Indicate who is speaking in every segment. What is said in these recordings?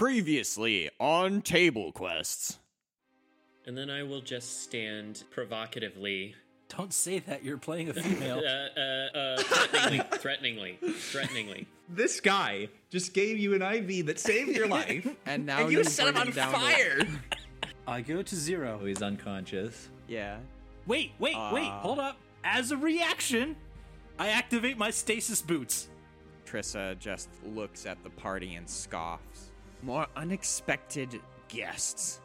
Speaker 1: Previously on Table Quests.
Speaker 2: And then I will just stand provocatively,
Speaker 3: Don't say that you're playing a female.
Speaker 4: Oh.
Speaker 2: uh, uh, uh, threateningly, threateningly, threateningly.
Speaker 5: This guy just gave you an IV that saved your life.
Speaker 6: And now
Speaker 5: and you set him
Speaker 6: bring
Speaker 5: on
Speaker 6: down to-
Speaker 5: fire.
Speaker 3: I go to zero.
Speaker 5: Oh, he's unconscious.
Speaker 6: yeah.
Speaker 3: Wait, wait, wait,
Speaker 6: Ah.
Speaker 3: hold up. As a reaction, I activate my stasis boots.
Speaker 6: Trissa just looks at the party and scoffs. More unexpected guests.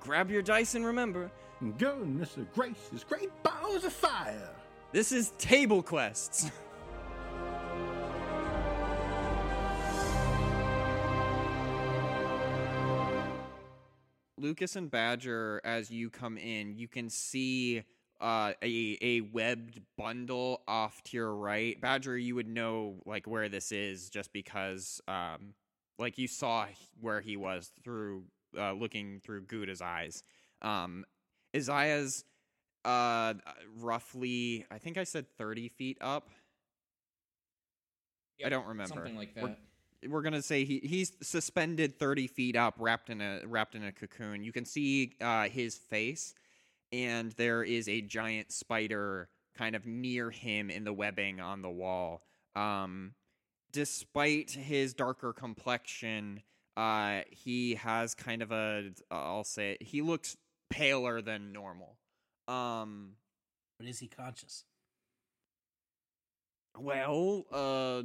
Speaker 6: Grab your dice and remember,
Speaker 7: Goodness gracious, great balls of fire!
Speaker 6: this is Table Quests. Lucas and Badger, as you come in, you can see uh, a a webbed bundle off to your right. Badger, you would know like where this is just because um, like you saw h- where he was through uh, looking through Gouda's eyes. Um, Isaiah's uh, roughly, I think I said thirty feet up. I don't remember
Speaker 4: Something like that.
Speaker 6: We're- we're gonna say he, he's suspended 30 feet up wrapped in a wrapped in a cocoon you can see uh, his face and there is a giant spider kind of near him in the webbing on the wall um, despite his darker complexion uh, he has kind of a i'll say it, he looks paler than normal um,
Speaker 3: But is he conscious?
Speaker 6: well uh,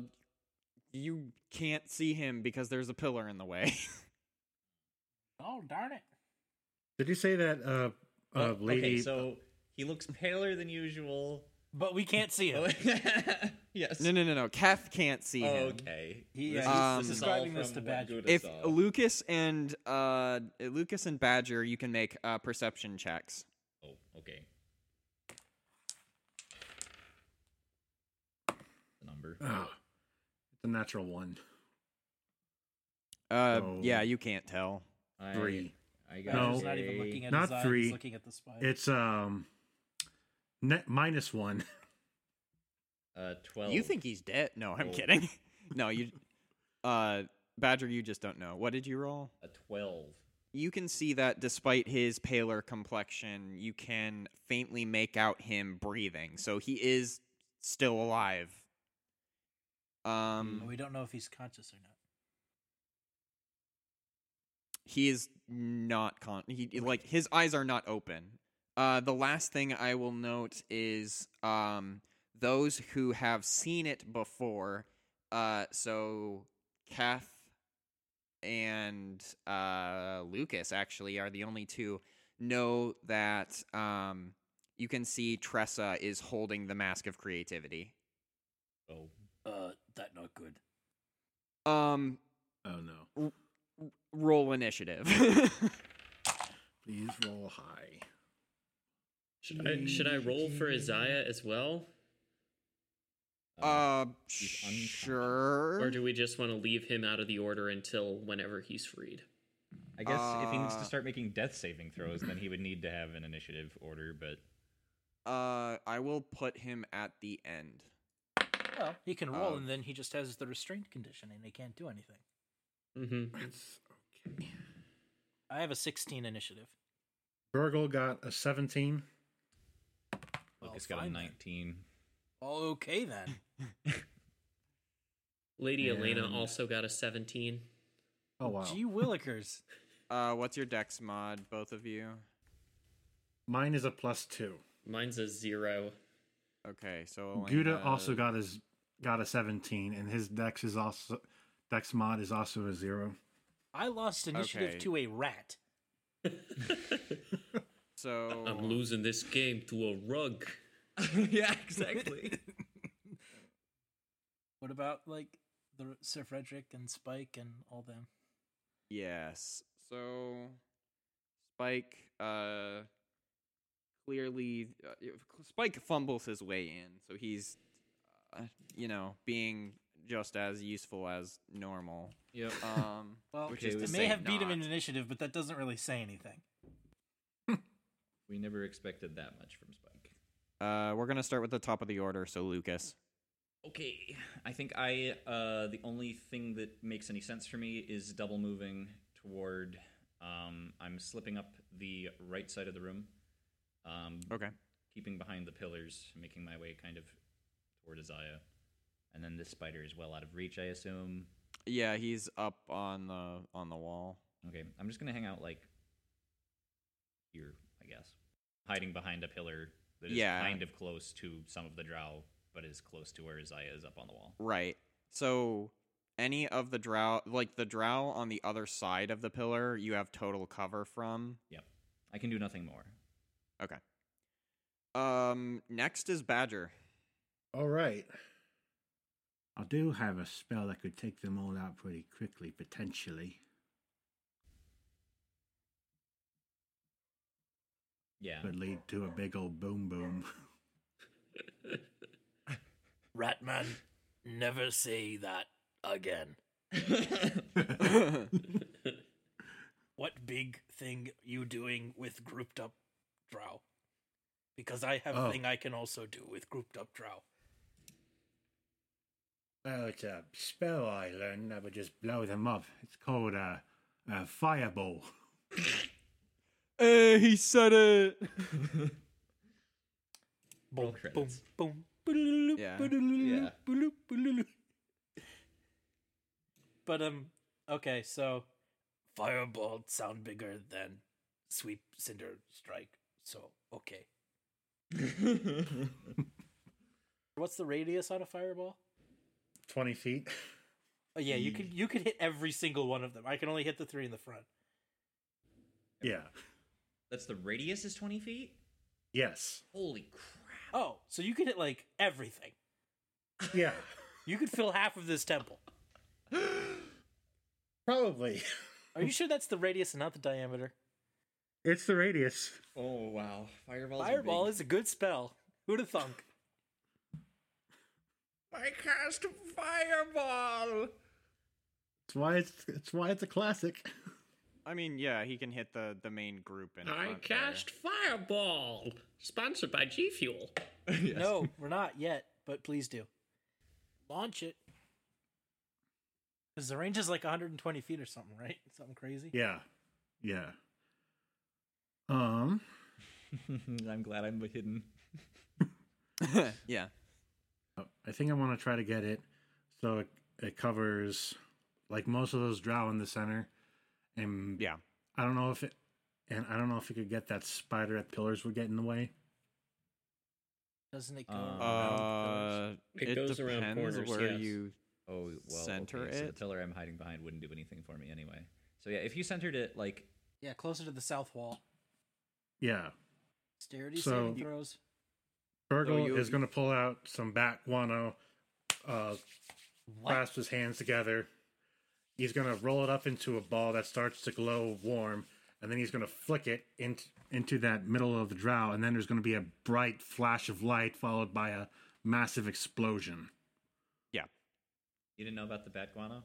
Speaker 6: you can't see him because there's a pillar in the way
Speaker 3: Oh, darn it.
Speaker 7: Did you say that, uh, uh,
Speaker 4: Oh,
Speaker 7: lady?
Speaker 4: Okay, so he looks paler than usual.
Speaker 3: But we can't see him.
Speaker 4: yes.
Speaker 6: No, no, no, no. Kath can't see
Speaker 4: Oh,
Speaker 6: him.
Speaker 4: okay.
Speaker 3: He,
Speaker 4: This
Speaker 3: uh,
Speaker 4: is-
Speaker 6: Um,
Speaker 4: this is
Speaker 3: describing
Speaker 4: all
Speaker 3: this
Speaker 4: from
Speaker 3: to
Speaker 4: what
Speaker 3: Badger.
Speaker 4: Gouda
Speaker 6: If
Speaker 4: saw.
Speaker 6: Lucas and uh, Lucas and Badger, you can make uh, perception checks.
Speaker 4: Oh, okay. The number.
Speaker 7: Oh, it's a natural one.
Speaker 6: Uh,
Speaker 7: Oh.
Speaker 6: Yeah, you can't tell.
Speaker 4: I-
Speaker 7: Three.
Speaker 4: I got
Speaker 3: Badger's
Speaker 7: No.
Speaker 3: not even looking at
Speaker 7: Not
Speaker 3: his eye, he's
Speaker 7: three.
Speaker 3: looking at the spider.
Speaker 7: It's, um, net minus one.
Speaker 4: Uh, twelve.
Speaker 6: You think he's dead? No, I'm
Speaker 4: Oh.
Speaker 6: kidding. no, you. Uh, Badger, you just don't know. What did you roll?
Speaker 4: a twelve?
Speaker 6: You can see that despite his paler complexion, you can faintly make out him breathing. So he is still alive. Um,
Speaker 8: Mm,
Speaker 3: But Um, we don't know if he's conscious or not.
Speaker 6: he is not con he like his eyes are not open uh the last thing i will note is um those who have seen it before uh so kath and uh lucas actually are the only two know that um you can see tressa is holding the mask of creativity
Speaker 4: Oh,
Speaker 3: Uh, that not good.
Speaker 6: um
Speaker 7: Oh, no.
Speaker 6: roll initiative
Speaker 7: Please roll high.
Speaker 2: Should I, should I roll for Isaiah as well?
Speaker 6: uh
Speaker 4: he's unconscious.
Speaker 6: sure
Speaker 2: Or do we just want to leave him out of the order until whenever he's freed?
Speaker 4: I guess if he needs to
Speaker 6: Uh,
Speaker 4: start making death saving throws, then he would need to have an initiative order. But
Speaker 6: Uh, I will put him at the end.
Speaker 3: Well, he can roll,
Speaker 6: Oh.
Speaker 3: and then he just has the restraint condition, and he can't do anything.
Speaker 2: Mm-hmm.
Speaker 7: That's okay.
Speaker 3: I have a 16 initiative.
Speaker 7: Burgle got a 17.
Speaker 3: Well,
Speaker 4: Lucas got a
Speaker 3: fine then.
Speaker 4: nineteen.
Speaker 3: Okay, then.
Speaker 2: Lady Elena
Speaker 7: And-
Speaker 2: also got a 17.
Speaker 7: Oh, wow.
Speaker 3: Gee willikers.
Speaker 6: Uh, what's your dex mod, both of you?
Speaker 7: Mine is a plus two.
Speaker 2: Mine's a zero.
Speaker 6: Okay, so
Speaker 7: Gouda
Speaker 6: Elena-
Speaker 7: also got his got a 17, and his dex is also dex mod is also a zero.
Speaker 3: I lost initiative
Speaker 6: Okay.
Speaker 3: to a rat.
Speaker 6: So
Speaker 2: I'm losing this game to a rug.
Speaker 4: yeah, exactly.
Speaker 3: What about, like, the Sir Frederick and Spike and all them?
Speaker 6: Yes. So Spike uh clearly uh, Spike fumbles his way in. So he's uh, you know, being just as useful as normal.
Speaker 4: yep.
Speaker 6: Um
Speaker 3: Well,
Speaker 6: which
Speaker 4: okay,
Speaker 6: is
Speaker 4: we
Speaker 6: to
Speaker 3: it
Speaker 6: say
Speaker 3: may have beat him in
Speaker 6: not.
Speaker 3: initiative, but that doesn't really say anything.
Speaker 4: We never expected that much from Spike.
Speaker 6: Uh we're going to start with the top of the order, so Lucas.
Speaker 4: Okay, I think I uh, the only thing that makes any sense for me is double moving toward. Um, I'm slipping up the right side of the room, um,
Speaker 6: Okay.
Speaker 4: keeping behind the pillars, making my way kind of toward Isaiah. And then this spider is well out of reach, I assume.
Speaker 6: Yeah, he's up on the on the wall.
Speaker 4: Okay, I'm just gonna hang out like here, I guess, hiding behind a pillar that is
Speaker 6: Yeah.
Speaker 4: kind of close to some of the drow, but is close to where Isaiah is up on the wall.
Speaker 6: Right. So any of the drow like the drow on the other side of the pillar, you have total cover from.
Speaker 4: Yep, I can do nothing more.
Speaker 6: Okay. Um next is Badger.
Speaker 7: All right. I do have a spell that could take them all out pretty quickly, potentially.
Speaker 4: Yeah,
Speaker 7: Could lead to a big old boom boom.
Speaker 8: Ratman, never say that again. What big thing you doing with grouped up drow? Because I have
Speaker 7: Oh.
Speaker 8: a thing I can also do with grouped up drow.
Speaker 7: Well, it's a uh, spell I learned that would just blow them up. It's called a, a fireball.
Speaker 6: hey, Eh, he said it.
Speaker 8: Boom, boom,
Speaker 4: credits.
Speaker 8: boom.
Speaker 6: Yeah.
Speaker 4: yeah.
Speaker 8: But um, okay, so firebolt sound bigger than sweep, cinder, strike. So okay, what's the radius on a fireball?
Speaker 7: 20 feet.
Speaker 8: Oh yeah, you could you could hit every single one of them. I can only hit the three in the front.
Speaker 7: Yeah.
Speaker 4: That's the radius is 20 feet.
Speaker 7: Yes.
Speaker 4: Holy crap!
Speaker 8: Oh, so you could hit like everything.
Speaker 7: Yeah.
Speaker 8: You could fill half of this temple.
Speaker 7: Probably.
Speaker 8: Are you sure that's the radius and not the diameter?
Speaker 7: It's the radius.
Speaker 4: Oh wow, fireballs. are
Speaker 8: Fireball
Speaker 4: big.
Speaker 8: is a good spell. Who'd have thunk?
Speaker 5: I cast fireball.
Speaker 7: It's why it's, it's why it's a classic.
Speaker 6: I mean, yeah, he can hit the the main group in
Speaker 2: I
Speaker 6: front there.
Speaker 2: cast Fireball, sponsored by G Fuel.
Speaker 8: No, we're not yet, but please do. Launch it. Because the range is like 120 feet or something, right? Something crazy.
Speaker 7: Yeah. Yeah. Um.
Speaker 4: I'm glad I'm hidden.
Speaker 6: yeah.
Speaker 7: I think I want to try to get it so it, it covers like most of those drow in the center, and
Speaker 6: Yeah.
Speaker 7: I don't know if it, and I don't know if it could get that spider at pillars would get in the way.
Speaker 8: Doesn't it go?
Speaker 4: Uh,
Speaker 6: Uh,
Speaker 2: Oh, It goes around
Speaker 6: depends
Speaker 2: corners,
Speaker 6: where
Speaker 2: yes.
Speaker 6: you
Speaker 4: Oh well,
Speaker 6: Center
Speaker 4: okay, So the
Speaker 6: it?
Speaker 4: pillar I'm hiding behind wouldn't do anything for me anyway. So yeah, if you centered it like
Speaker 8: yeah, closer to the south wall.
Speaker 7: Yeah,
Speaker 8: Dexterity
Speaker 7: So-
Speaker 8: saving throws.
Speaker 7: Burgle
Speaker 6: you-
Speaker 7: is going to pull out some bat guano, uh, clasp his hands together. He's going to roll it up into a ball that starts to glow warm, and then he's going to flick it into into that middle of the drow, and then there's going to be a bright flash of light followed by a massive explosion.
Speaker 4: you didn't know about the bat guano,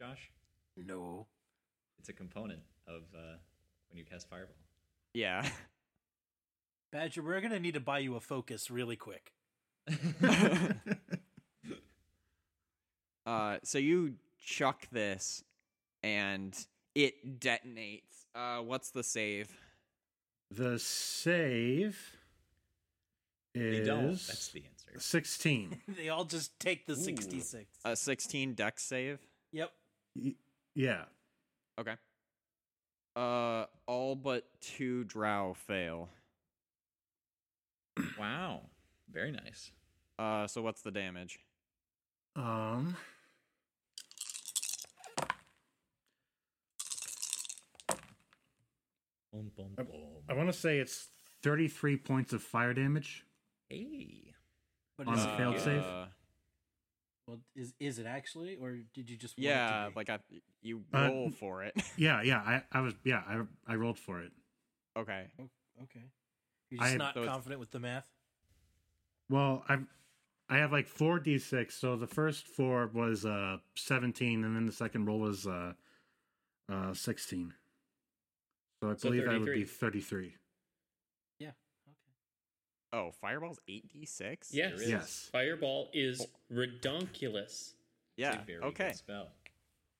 Speaker 4: Josh.
Speaker 8: No.
Speaker 4: It's a component of uh, when you cast fireball.
Speaker 6: yeah.
Speaker 8: Badger, we're going to need to buy you a focus really quick.
Speaker 6: Uh, so you chuck this, and it detonates. Uh, what's the save?
Speaker 7: The save is
Speaker 4: They don't. That's the answer.
Speaker 7: 16.
Speaker 8: they all just take the 66.
Speaker 6: A sixteen dex save.
Speaker 8: Yep.
Speaker 7: yeah.
Speaker 6: Okay. Uh, all but two drow fail.
Speaker 4: Wow, very nice.
Speaker 6: Uh, so what's the damage?
Speaker 7: Um
Speaker 4: Bum, bum, bum.
Speaker 7: I want to say it's 33 points of fire damage.
Speaker 4: Hey,
Speaker 8: But
Speaker 7: On
Speaker 8: is,
Speaker 7: a
Speaker 8: it,
Speaker 7: failed save?
Speaker 6: Uh,
Speaker 8: well, is, is it actually, or did you just want it to
Speaker 6: yeah,
Speaker 8: be?
Speaker 6: like I, you
Speaker 7: Uh,
Speaker 6: roll for it.
Speaker 7: Yeah, yeah, I, I was yeah, I I rolled for it.
Speaker 6: okay.
Speaker 8: Oh, Okay. You're just
Speaker 7: I-
Speaker 8: not
Speaker 6: so it's-
Speaker 8: confident with the math?
Speaker 7: Well, I I have like 4d6, so the first four was uh 17 and then the second roll was uh uh 16. So I
Speaker 2: So
Speaker 7: believe that would be
Speaker 2: 33.
Speaker 7: 33.
Speaker 8: Yeah.
Speaker 6: Oh, fireball's eight d six.
Speaker 2: Yes.
Speaker 4: is.
Speaker 7: Yes.
Speaker 2: Fireball is redonkulous.
Speaker 6: Yeah.
Speaker 4: It's a very
Speaker 6: Okay.
Speaker 4: Good spell.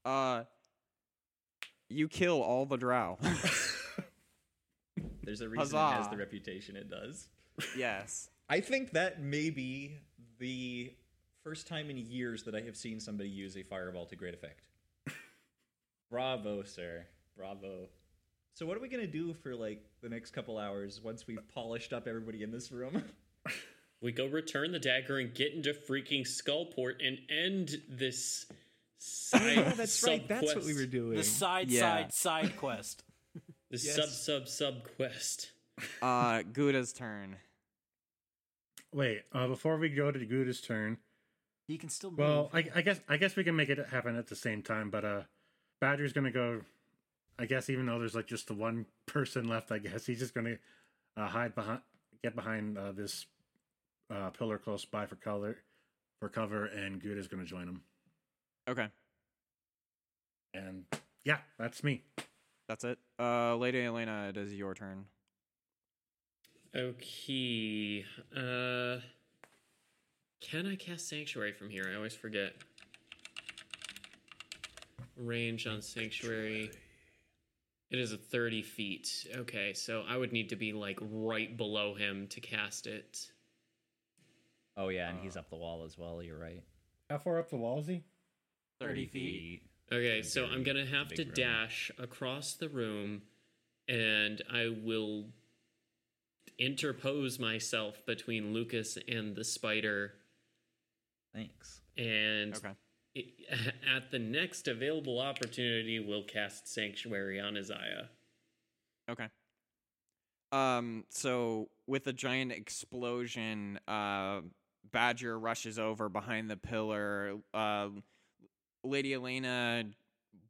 Speaker 6: Uh, You kill all the drow.
Speaker 4: There's a reason it has
Speaker 6: Huzzah.
Speaker 4: the reputation it does.
Speaker 6: yes.
Speaker 4: I think that may be the first time in years that I have seen somebody use a fireball to great effect. Bravo, sir. Bravo. So what are we gonna do for like the next couple hours once we've polished up everybody in this room?
Speaker 2: We go return the dagger and get into freaking Skullport and end this side.
Speaker 5: Oh, that's right. That's what we were
Speaker 2: sub-quest.
Speaker 5: doing.
Speaker 8: The side,
Speaker 6: Yeah.
Speaker 8: side, side quest.
Speaker 2: This
Speaker 5: Yes.
Speaker 2: sub sub sub quest.
Speaker 6: Uh, Gouda's turn.
Speaker 7: Wait, uh, before we go to Gouda's turn,
Speaker 8: He can still move.
Speaker 7: well, I, I guess I guess we can make it happen at the same time. But uh, Badger's gonna go. I guess even though there's like just the one person left, I guess he's just gonna uh, hide behind, get behind uh, this uh, pillar close by for color, for cover, and Gouda's gonna join him.
Speaker 6: Okay,
Speaker 7: And yeah, that's me.
Speaker 6: that's it. Uh, Lady Elena, it is your turn.
Speaker 2: Okay. Uh, can I cast Sanctuary from here? I always forget. Range on Sanctuary. It is a 30 feet. Okay, so I would need to be like right below him to cast it.
Speaker 4: Oh yeah, and
Speaker 2: Uh.
Speaker 4: he's up the wall as well, you're right.
Speaker 7: How far up the wall is he?
Speaker 8: 30 feet.
Speaker 2: Okay, so I'm gonna have
Speaker 4: big
Speaker 2: to
Speaker 4: room.
Speaker 2: dash across the room, and I will interpose myself between Lucas and the spider.
Speaker 4: Thanks.
Speaker 2: And
Speaker 6: Okay.
Speaker 2: it- at the next available opportunity, we'll cast Sanctuary on Isaiah.
Speaker 6: Okay. Um, so with a giant explosion, uh, Badger rushes over behind the pillar. Uh, Lady Elena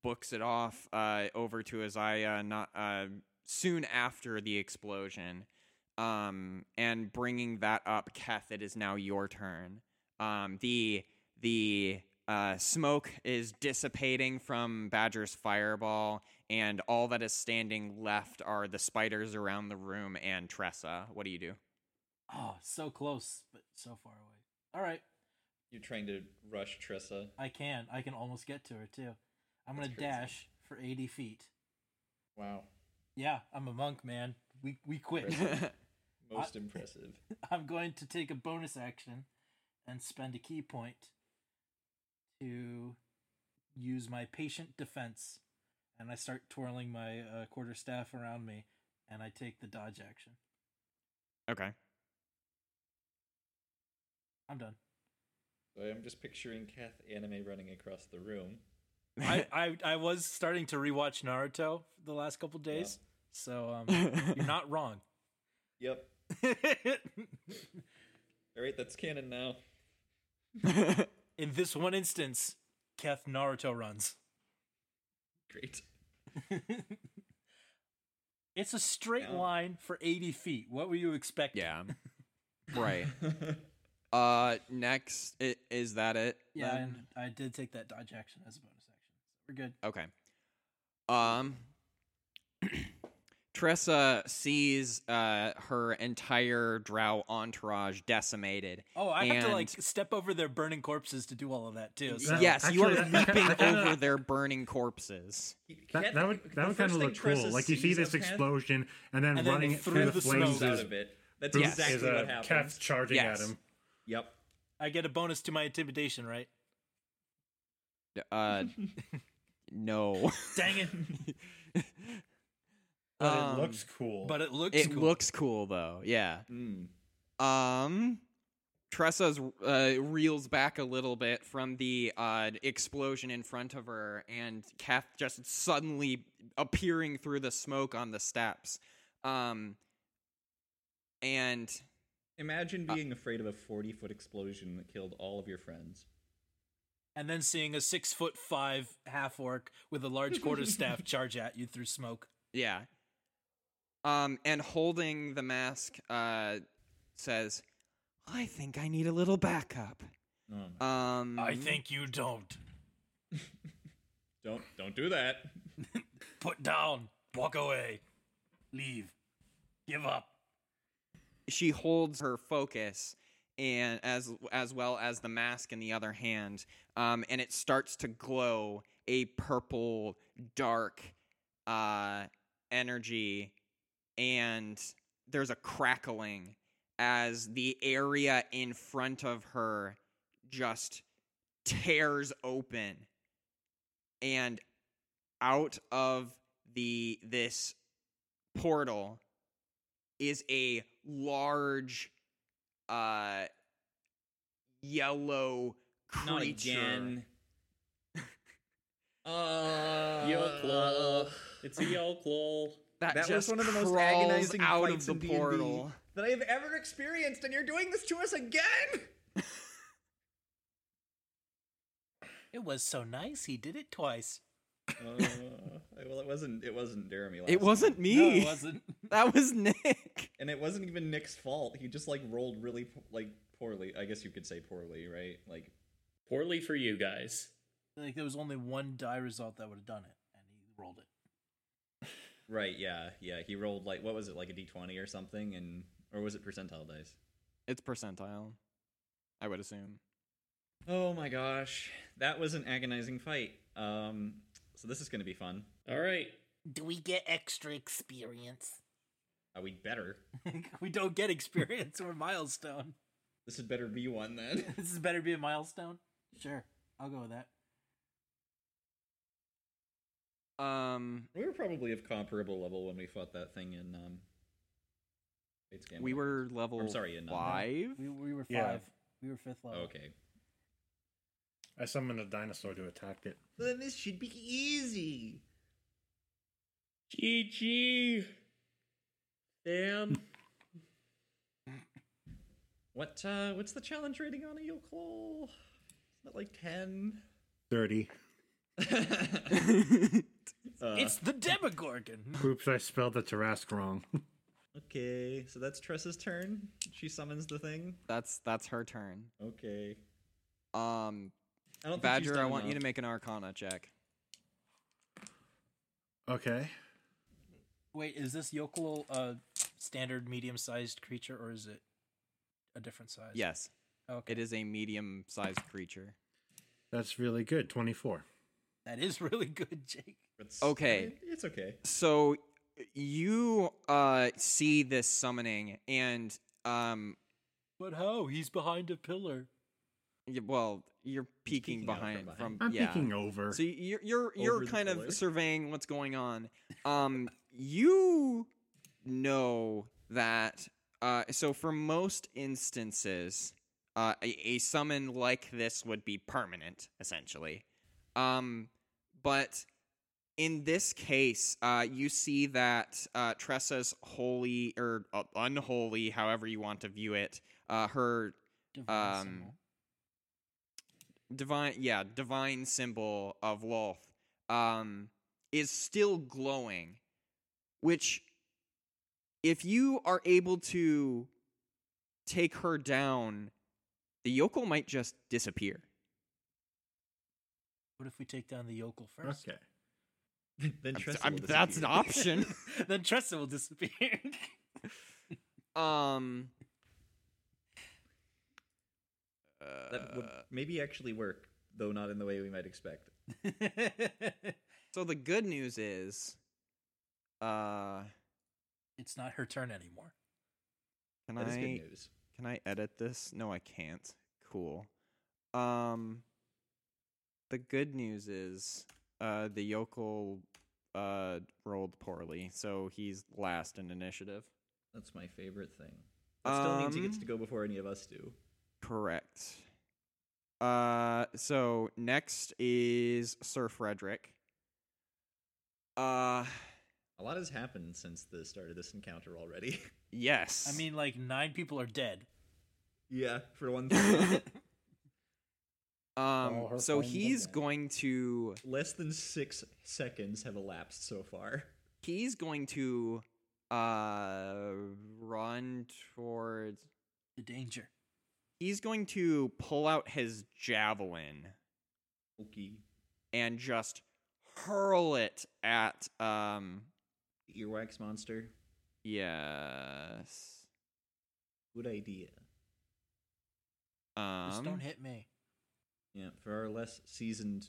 Speaker 6: books it off uh, over to Isaiah not uh, soon after the explosion. Um, and bringing that up, Keth, it is now your turn. Um, the the uh, smoke is dissipating from Badger's fireball, and all that is standing left are the spiders around the room and Tressa. What do you do?
Speaker 8: Oh, so close, but so far away. All right,
Speaker 4: You're trying to rush Tressa.
Speaker 8: I can. I can almost get to her too. I'm gonna
Speaker 4: That's crazy.
Speaker 8: dash for 80 feet.
Speaker 4: Wow.
Speaker 8: Yeah, I'm a monk, man. We we quit.
Speaker 4: Most impressive.
Speaker 8: I'm going to take a bonus action and spend a key point to use my patient defense. And I start twirling my uh, quarter staff around me, and I take the dodge action.
Speaker 6: okay.
Speaker 8: I'm done.
Speaker 4: So I'm just picturing Kath anime running across the room.
Speaker 8: I, I I was starting to rewatch Naruto the last couple days, so um, you're not wrong.
Speaker 4: Yep. Alright, that's canon now.
Speaker 8: In this one instance, Keth Naruto runs.
Speaker 4: Great.
Speaker 8: It's a straight
Speaker 4: Yeah.
Speaker 8: line for 80 feet. What were you expecting?
Speaker 6: yeah. Right. Uh, next i- is that it?
Speaker 8: Yeah,
Speaker 6: then?
Speaker 8: and I did take that dodge action as a bonus action. So we're good.
Speaker 6: Okay. Um Tressa sees uh her entire drow entourage decimated.
Speaker 8: Oh, I have to like
Speaker 6: and-
Speaker 8: step over their burning corpses to do all of that too. So
Speaker 7: That-
Speaker 6: Yes, you are
Speaker 7: actually, that-
Speaker 6: leaping
Speaker 7: that kinda-
Speaker 6: over their burning corpses.
Speaker 7: That, that would that would kind of look cool. Like you see this explosion and then
Speaker 8: And then
Speaker 7: running
Speaker 8: through
Speaker 7: through the,
Speaker 8: the smoke.
Speaker 7: flames
Speaker 4: out
Speaker 7: is,
Speaker 4: of it. That's
Speaker 6: Yes.
Speaker 7: is
Speaker 4: exactly what
Speaker 7: a
Speaker 4: happened.
Speaker 7: cat charging
Speaker 6: Yes.
Speaker 7: at him.
Speaker 4: Yep.
Speaker 8: I get a bonus to my intimidation, right?
Speaker 6: D- Uh no.
Speaker 8: Dang it!
Speaker 7: But
Speaker 6: Um,
Speaker 7: it looks cool.
Speaker 8: But it looks
Speaker 6: It
Speaker 8: cool.
Speaker 6: looks cool though. Yeah.
Speaker 4: Hmm.
Speaker 6: Um Tressa's uh, reels back a little bit from the uh, explosion in front of her, and Kath just suddenly appearing through the smoke on the steps. Um, and
Speaker 4: Imagine
Speaker 6: Uh.
Speaker 4: being afraid of a 40 foot explosion that killed all of your friends.
Speaker 8: and then seeing a six foot five half orc with a large quarterstaff charge at you through smoke.
Speaker 6: yeah, um, and holding the mask, uh, says, "I think I need a little backup."
Speaker 4: Oh, my-
Speaker 6: Um,
Speaker 8: I think you don't.
Speaker 4: don't don't do that.
Speaker 8: Put down. Walk away. Leave. Give up.
Speaker 6: she holds her focus and as as well as the mask in the other hand um, and it starts to glow a purple dark uh, energy, and there's a crackling as the area in front of her just tears open, and out of the this portal is a large uh yellow creature
Speaker 4: Not again. Uh,
Speaker 2: Yelclaw.
Speaker 4: It's a yell claw.
Speaker 6: that,
Speaker 5: That was
Speaker 6: just
Speaker 5: one of the most
Speaker 6: crawls
Speaker 5: agonizing
Speaker 6: out
Speaker 5: fights
Speaker 6: of the
Speaker 5: in D&D.
Speaker 6: portal.
Speaker 4: that I have ever experienced, and you're doing this to us again.
Speaker 8: It was so nice. He did it twice.
Speaker 4: Uh, well, it wasn't. It wasn't Jeremy. Last
Speaker 6: It wasn't
Speaker 4: time.
Speaker 6: me.
Speaker 8: No, it wasn't.
Speaker 6: That was Nick.
Speaker 4: and it wasn't even Nick's fault. He just like rolled really p- like poorly. I guess you could say poorly, right? Like
Speaker 2: Poorly for you guys.
Speaker 8: Like there was only one die result that would have done it, and he rolled it.
Speaker 4: right, yeah, yeah. He rolled like what was it, like a d twenty or something, and or was it percentile dice?
Speaker 6: It's percentile, I would assume.
Speaker 4: Oh my gosh, that was an agonizing fight. Um, so this is going to be fun.
Speaker 2: All right.
Speaker 8: Do we get extra experience?
Speaker 4: Are Uh, we better?
Speaker 8: we don't get experience or milestone.
Speaker 4: This had better be one then.
Speaker 8: This is better be a milestone. Sure, I'll go with that.
Speaker 6: Um,
Speaker 4: we were probably of comparable level when we fought that thing in um. Fate's Gambit.
Speaker 6: we were level
Speaker 4: sorry, in-
Speaker 6: five.
Speaker 8: We, we were five.
Speaker 7: Yeah.
Speaker 8: We were
Speaker 5: uh,
Speaker 8: fifth level.
Speaker 4: okay.
Speaker 7: I summoned a dinosaur to attack it.
Speaker 5: Then this should be easy.
Speaker 2: GG. Damn.
Speaker 4: What uh what's the challenge rating on Eel Claw? Isn't it like ten?
Speaker 7: Thirty.
Speaker 4: Uh,
Speaker 8: It's the Demogorgon.
Speaker 7: Oops, I spelled the Tarrasque wrong.
Speaker 4: okay, so that's Tressa's turn. She summons the thing.
Speaker 6: That's that's her turn.
Speaker 4: Okay.
Speaker 6: Um,
Speaker 4: I don't think she's
Speaker 6: Badger,
Speaker 4: done
Speaker 6: I want you
Speaker 4: enough.
Speaker 6: to make an Arcana check.
Speaker 7: okay.
Speaker 8: Wait, is this Yokel a standard medium-sized creature, or is it a different size?
Speaker 6: Yes,
Speaker 8: Okay.
Speaker 6: it is a medium-sized creature.
Speaker 7: That's really good. Twenty-four.
Speaker 8: That is really good, Jake.
Speaker 4: It's-
Speaker 6: Okay.
Speaker 4: I mean, It's okay.
Speaker 6: So you uh see this summoning, and um,
Speaker 8: But how? He's behind a pillar.
Speaker 6: y- well, you're peeking,
Speaker 4: peeking out
Speaker 6: behind
Speaker 4: from
Speaker 6: from,
Speaker 4: behind.
Speaker 7: I'm
Speaker 6: yeah.
Speaker 7: peeking over.
Speaker 6: So you're you're you're
Speaker 4: Over the
Speaker 6: kind
Speaker 4: pillar?
Speaker 6: of surveying what's going on. Um, you know that. Uh, so for most instances, uh, a, a summon like this would be permanent, essentially. Um, but in this case, uh, you see that uh, Tressa's holy or uh, unholy, however you want to view it, uh, her
Speaker 8: Divine
Speaker 6: Um,
Speaker 8: symbol.
Speaker 6: divine yeah divine symbol of Lolth um is still glowing which if you are able to take her down the yokel might just disappear
Speaker 8: What if we take down the Yokel first?
Speaker 7: okay.
Speaker 4: Then
Speaker 6: I'm-
Speaker 4: Tressa
Speaker 6: I'm-
Speaker 4: will
Speaker 6: that's an
Speaker 4: disappear.
Speaker 6: option
Speaker 8: then Tressa will disappear.
Speaker 6: um
Speaker 4: that would
Speaker 6: uh,
Speaker 4: maybe actually work, though not in the way we might expect.
Speaker 6: so the good news is uh
Speaker 8: it's not her turn anymore.
Speaker 6: can
Speaker 4: That is
Speaker 6: i
Speaker 4: good news.
Speaker 6: Can I edit this? No, I can't. Cool. Um the good news is uh the yokel uh rolled poorly, so he's last in initiative.
Speaker 4: That's my favorite thing. That still means he gets
Speaker 6: Um,
Speaker 4: to go before any of us do.
Speaker 6: Correct. Uh so next is Sir Frederick. Uh
Speaker 4: A lot has happened since the start of this encounter already.
Speaker 6: yes.
Speaker 8: I mean, like nine people are dead.
Speaker 4: yeah, for one thing.
Speaker 7: All
Speaker 6: um
Speaker 7: her
Speaker 6: so
Speaker 7: friends are
Speaker 6: he's
Speaker 7: dead.
Speaker 6: going to
Speaker 4: Less than six seconds have elapsed so far.
Speaker 6: he's going to uh run towards
Speaker 8: The danger.
Speaker 6: he's going to pull out his javelin
Speaker 4: Okay.
Speaker 6: and just hurl it at um
Speaker 4: Earwax monster.
Speaker 6: yes
Speaker 4: Good idea.
Speaker 6: um
Speaker 8: Just don't hit me.
Speaker 4: Yeah, for our less seasoned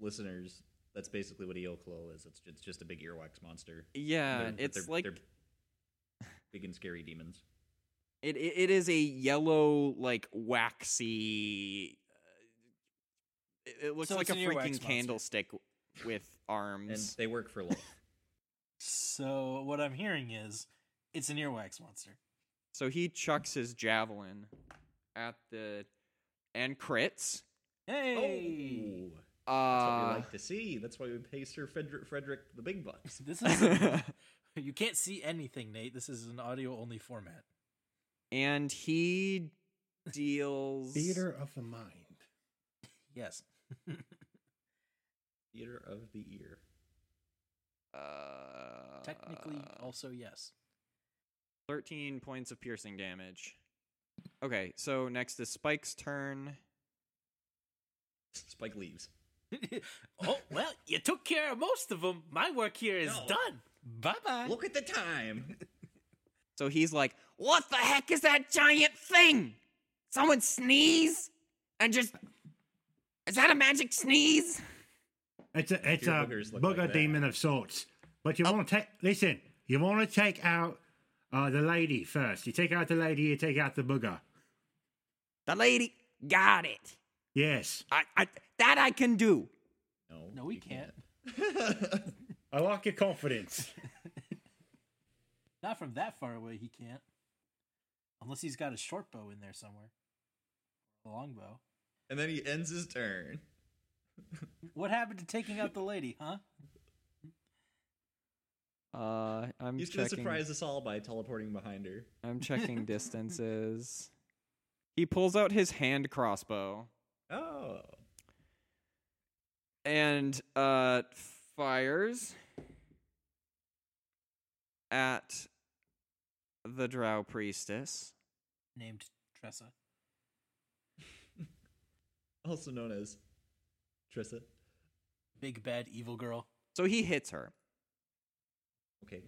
Speaker 4: listeners, That's basically what Eoclol is. It's it's just a big earwax monster.
Speaker 6: Yeah,
Speaker 8: Uh,
Speaker 4: They're- but
Speaker 6: it's
Speaker 4: they're-
Speaker 6: like
Speaker 4: they're big and scary demons.
Speaker 6: it, it it is a yellow like waxy uh, it, it looks
Speaker 8: So
Speaker 6: like a
Speaker 8: it's an
Speaker 6: freaking
Speaker 8: earwax monster.
Speaker 6: candlestick with
Speaker 4: And
Speaker 6: arms.
Speaker 4: they work for Lolth.
Speaker 8: So what I'm hearing is it's an earwax monster.
Speaker 6: so he chucks his javelin at the and crits.
Speaker 8: Hey,
Speaker 4: Oh, that's what we
Speaker 6: Uh
Speaker 4: like to see. That's why we pay Sir Frederick, Frederick the big
Speaker 6: Oh.
Speaker 4: bucks.
Speaker 8: this is you can't see anything, Nate. This is an audio only format.
Speaker 6: and he deals
Speaker 7: Theater of the mind.
Speaker 8: Yes.
Speaker 4: Theater of the ear.
Speaker 6: uh,
Speaker 8: Technically, also yes.
Speaker 6: 13 points of piercing damage. Okay, so next is Spike's turn.
Speaker 4: Spike leaves.
Speaker 8: oh well, you took care of most of them. My work here is
Speaker 4: No.
Speaker 8: done. Bye bye.
Speaker 4: Look at the time.
Speaker 6: So he's like, What the heck is that giant thing? Someone sneeze and just. Is that a magic sneeze?
Speaker 7: It's a it's
Speaker 4: Your
Speaker 7: a
Speaker 4: boogers look
Speaker 7: booger
Speaker 4: like that.
Speaker 7: demon of sorts. But you want to take listen. You want to take out uh, the lady first. You take out the lady. You take out the booger.
Speaker 6: The lady got it.
Speaker 7: Yes.
Speaker 6: I, I, that I can do.
Speaker 4: No,
Speaker 8: No, we
Speaker 4: you
Speaker 8: can't.
Speaker 7: I like your confidence.
Speaker 8: Not from that far away. He can't. Unless he's got a short bow in there somewhere, a long bow.
Speaker 4: And then he ends his turn.
Speaker 8: What happened to taking out the lady, huh?
Speaker 6: Uh, I'm
Speaker 4: He's gonna surprise us all by teleporting behind her.
Speaker 6: I'm checking distances. He pulls out his hand crossbow
Speaker 4: Oh,
Speaker 6: and uh, fires at the drow priestess.
Speaker 8: Named Tressa.
Speaker 4: also known as Trissa.
Speaker 8: Big bad evil girl.
Speaker 6: So he hits her.
Speaker 4: Okay,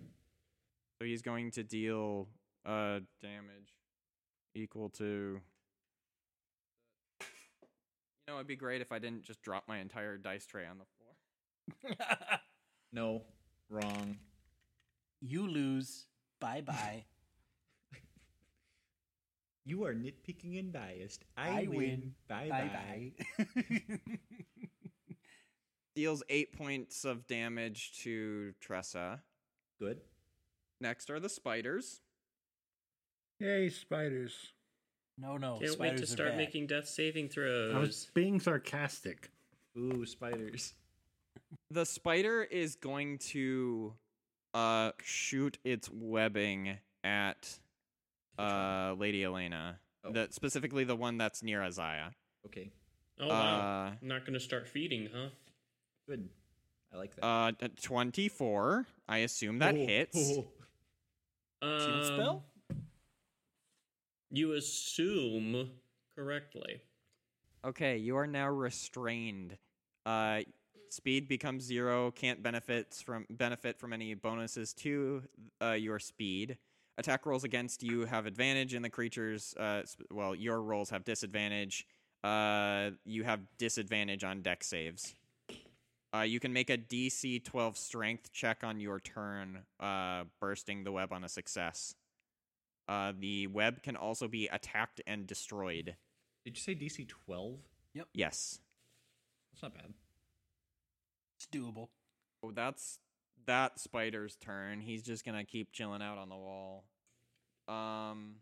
Speaker 6: So he's going to deal uh damage equal to You know, it'd be great if I didn't just drop my entire dice tray on the floor.
Speaker 4: no, wrong.
Speaker 8: you lose. Bye bye.
Speaker 4: You are nitpicking and biased. I,
Speaker 8: I
Speaker 4: win.
Speaker 8: win.
Speaker 4: Bye
Speaker 8: bye
Speaker 4: bye.
Speaker 8: bye.
Speaker 6: Deals 8 points of damage to Tressa.
Speaker 4: Good.
Speaker 6: Next are the spiders.
Speaker 7: Yay, spiders!
Speaker 8: no, no.
Speaker 2: Can't wait
Speaker 8: Oh, spiders
Speaker 2: to
Speaker 8: are
Speaker 2: start
Speaker 8: bad.
Speaker 2: making death saving
Speaker 7: I was
Speaker 2: throws.
Speaker 7: being sarcastic.
Speaker 4: Ooh, spiders.
Speaker 6: The spider is going to uh shoot its webbing at uh Lady Elena.
Speaker 4: Oh.
Speaker 6: The, specifically the one that's near Azaya.
Speaker 4: Okay,
Speaker 2: Oh wow!
Speaker 6: Uh,
Speaker 2: Not gonna start feeding, huh?
Speaker 4: good. I like that.
Speaker 6: Uh, t- 24. I assume that
Speaker 4: Oh,
Speaker 6: hits.
Speaker 4: oh.
Speaker 2: Um,
Speaker 8: Shield spell?
Speaker 2: You assume correctly.
Speaker 6: Okay, you are now restrained. Uh, speed becomes zero. Can't benefits from benefit from any bonuses to uh, your speed. Attack rolls against you have advantage, and the creatures, uh, sp- well, your rolls have disadvantage. Uh, you have disadvantage on deck saves. Uh, you can make a DC 12 strength check on your turn, uh, bursting the web on a success. Uh, the web can also be attacked and destroyed.
Speaker 4: Did you say DC 12?
Speaker 6: Yes.
Speaker 4: That's not bad.
Speaker 8: It's doable.
Speaker 6: Oh, that's that spider's turn. He's just gonna keep chilling out on the wall. Um,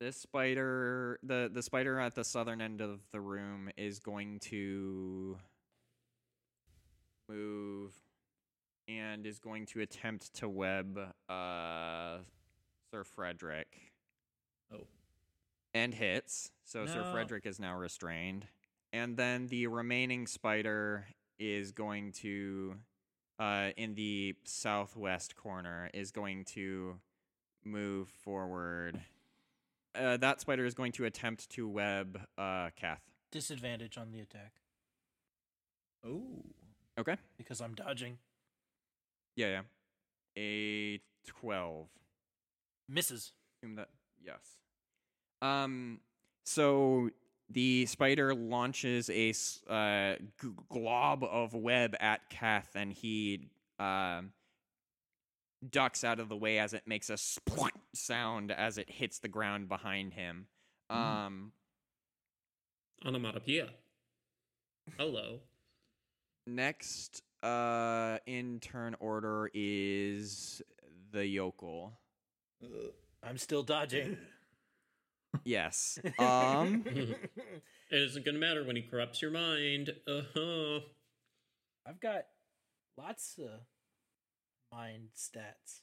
Speaker 6: this spider, the the spider at the southern end of the room is going to move and is going to attempt to web uh Sir Frederick
Speaker 4: Oh,
Speaker 6: and hits. So Sir
Speaker 4: No.
Speaker 6: Frederick is now restrained. And then the remaining spider is going to, uh, in the southwest corner, is going to move forward. Uh, that spider is going to attempt to web uh, Kath.
Speaker 8: Disadvantage on the attack
Speaker 4: oh,
Speaker 6: Okay.
Speaker 8: because I'm dodging.
Speaker 6: Yeah, yeah. A 12.
Speaker 8: Misses.
Speaker 6: Assume that yes. Um. So The spider launches a s- uh, g- glob of web at Keth, and he um, ducks out of the way as it makes a splunk sound as it hits the ground behind him. Um,
Speaker 2: Onomatopoeia. Hello.
Speaker 6: Next uh, in turn order is the yokel.
Speaker 8: I'm still dodging.
Speaker 6: Yes. Um,
Speaker 2: It isn't going to matter when he corrupts your mind. Uh huh.
Speaker 8: I've got lots of mind stats.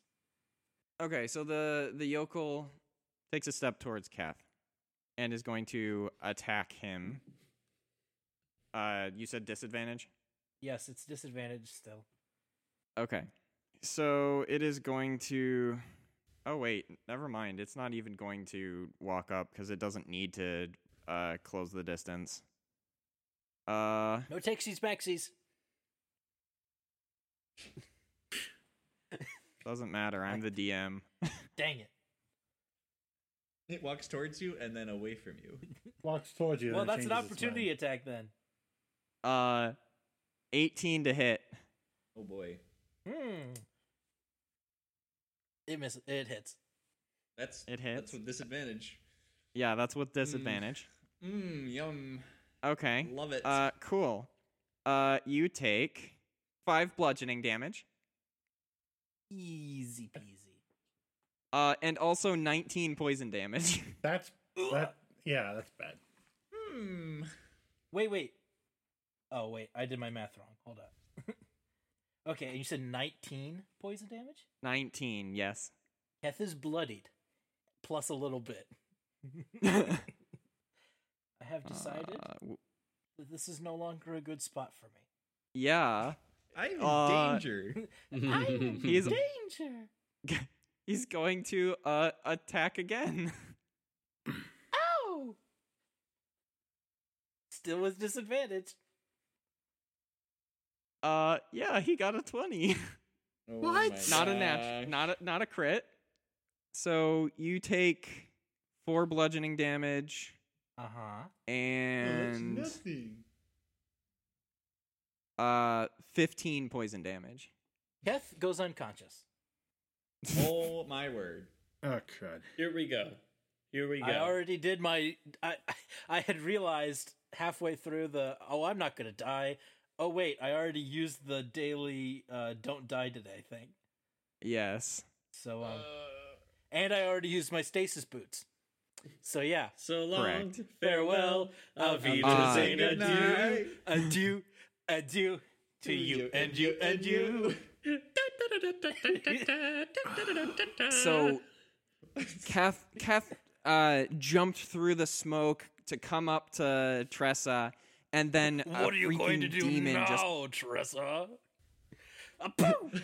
Speaker 6: okay, so the the yokel takes a step towards Kath and is going to attack him. Uh, you said disadvantage.
Speaker 8: Yes, it's disadvantage still.
Speaker 6: Okay. So it is going to. Oh, wait. Never mind. It's not even going to walk up because it doesn't need to uh, close the distance. Uh,
Speaker 8: No takesies backsies.
Speaker 6: doesn't matter. I'm the DM.
Speaker 8: Dang it.
Speaker 4: It walks towards you and then away from you.
Speaker 7: Walks towards you.
Speaker 8: Well,
Speaker 7: and then
Speaker 8: that's an
Speaker 7: changes its
Speaker 8: opportunity
Speaker 7: mind.
Speaker 8: attack then.
Speaker 6: Uh, 18 to hit.
Speaker 4: Oh boy,
Speaker 8: Hmm. It miss. It hits.
Speaker 4: that's
Speaker 6: It hits.
Speaker 4: That's with disadvantage.
Speaker 6: Yeah, that's with disadvantage.
Speaker 4: Mmm, yum.
Speaker 6: Okay.
Speaker 4: Love it.
Speaker 6: Uh, cool. Uh, you take five bludgeoning damage.
Speaker 8: Easy peasy.
Speaker 6: Uh, and also 19 poison damage.
Speaker 7: That's that. Yeah, that's bad.
Speaker 4: Mmm.
Speaker 8: Wait, wait. Oh wait, I did my math wrong. Hold up. okay, and you said 19 poison damage.
Speaker 6: 19, yes.
Speaker 8: Keth is bloodied, plus a little bit. I have decided
Speaker 6: Uh, w-
Speaker 8: that this is no longer a good spot for me.
Speaker 6: yeah.
Speaker 4: I'm in
Speaker 6: Uh,
Speaker 4: danger.
Speaker 8: I'm
Speaker 6: He's-
Speaker 8: in danger.
Speaker 6: He's going to uh attack again.
Speaker 8: Ow! Still with disadvantage.
Speaker 6: Uh yeah, he got a 20.
Speaker 4: what?
Speaker 6: not a nat not a, not a crit. So you take 4 bludgeoning damage
Speaker 8: Uh huh.
Speaker 6: and
Speaker 4: nothing.
Speaker 6: uh 15 poison damage.
Speaker 8: Keth goes unconscious.
Speaker 4: Oh my word.
Speaker 7: Oh crud.
Speaker 2: Here we go. Here we go.
Speaker 8: I already did my. I I had realized halfway through the. Oh, I'm not gonna die. Oh wait, I already used the daily uh, "Don't Die Today" thing.
Speaker 6: Yes.
Speaker 8: So um, and I already used my stasis boots. So yeah, Um,
Speaker 2: so long.
Speaker 6: Correct.
Speaker 2: Farewell. Auf
Speaker 6: Uh,
Speaker 2: Wiedersehen. adieu.
Speaker 8: adieu, adieu to you and you and you.
Speaker 6: So
Speaker 8: Uh-huh.
Speaker 6: Kath Kath uh jumped through the smoke to come up to Tressa and then a
Speaker 8: What are you going to
Speaker 6: freaking
Speaker 8: do
Speaker 6: demon
Speaker 8: now,
Speaker 6: just
Speaker 8: Tressa? Apoo!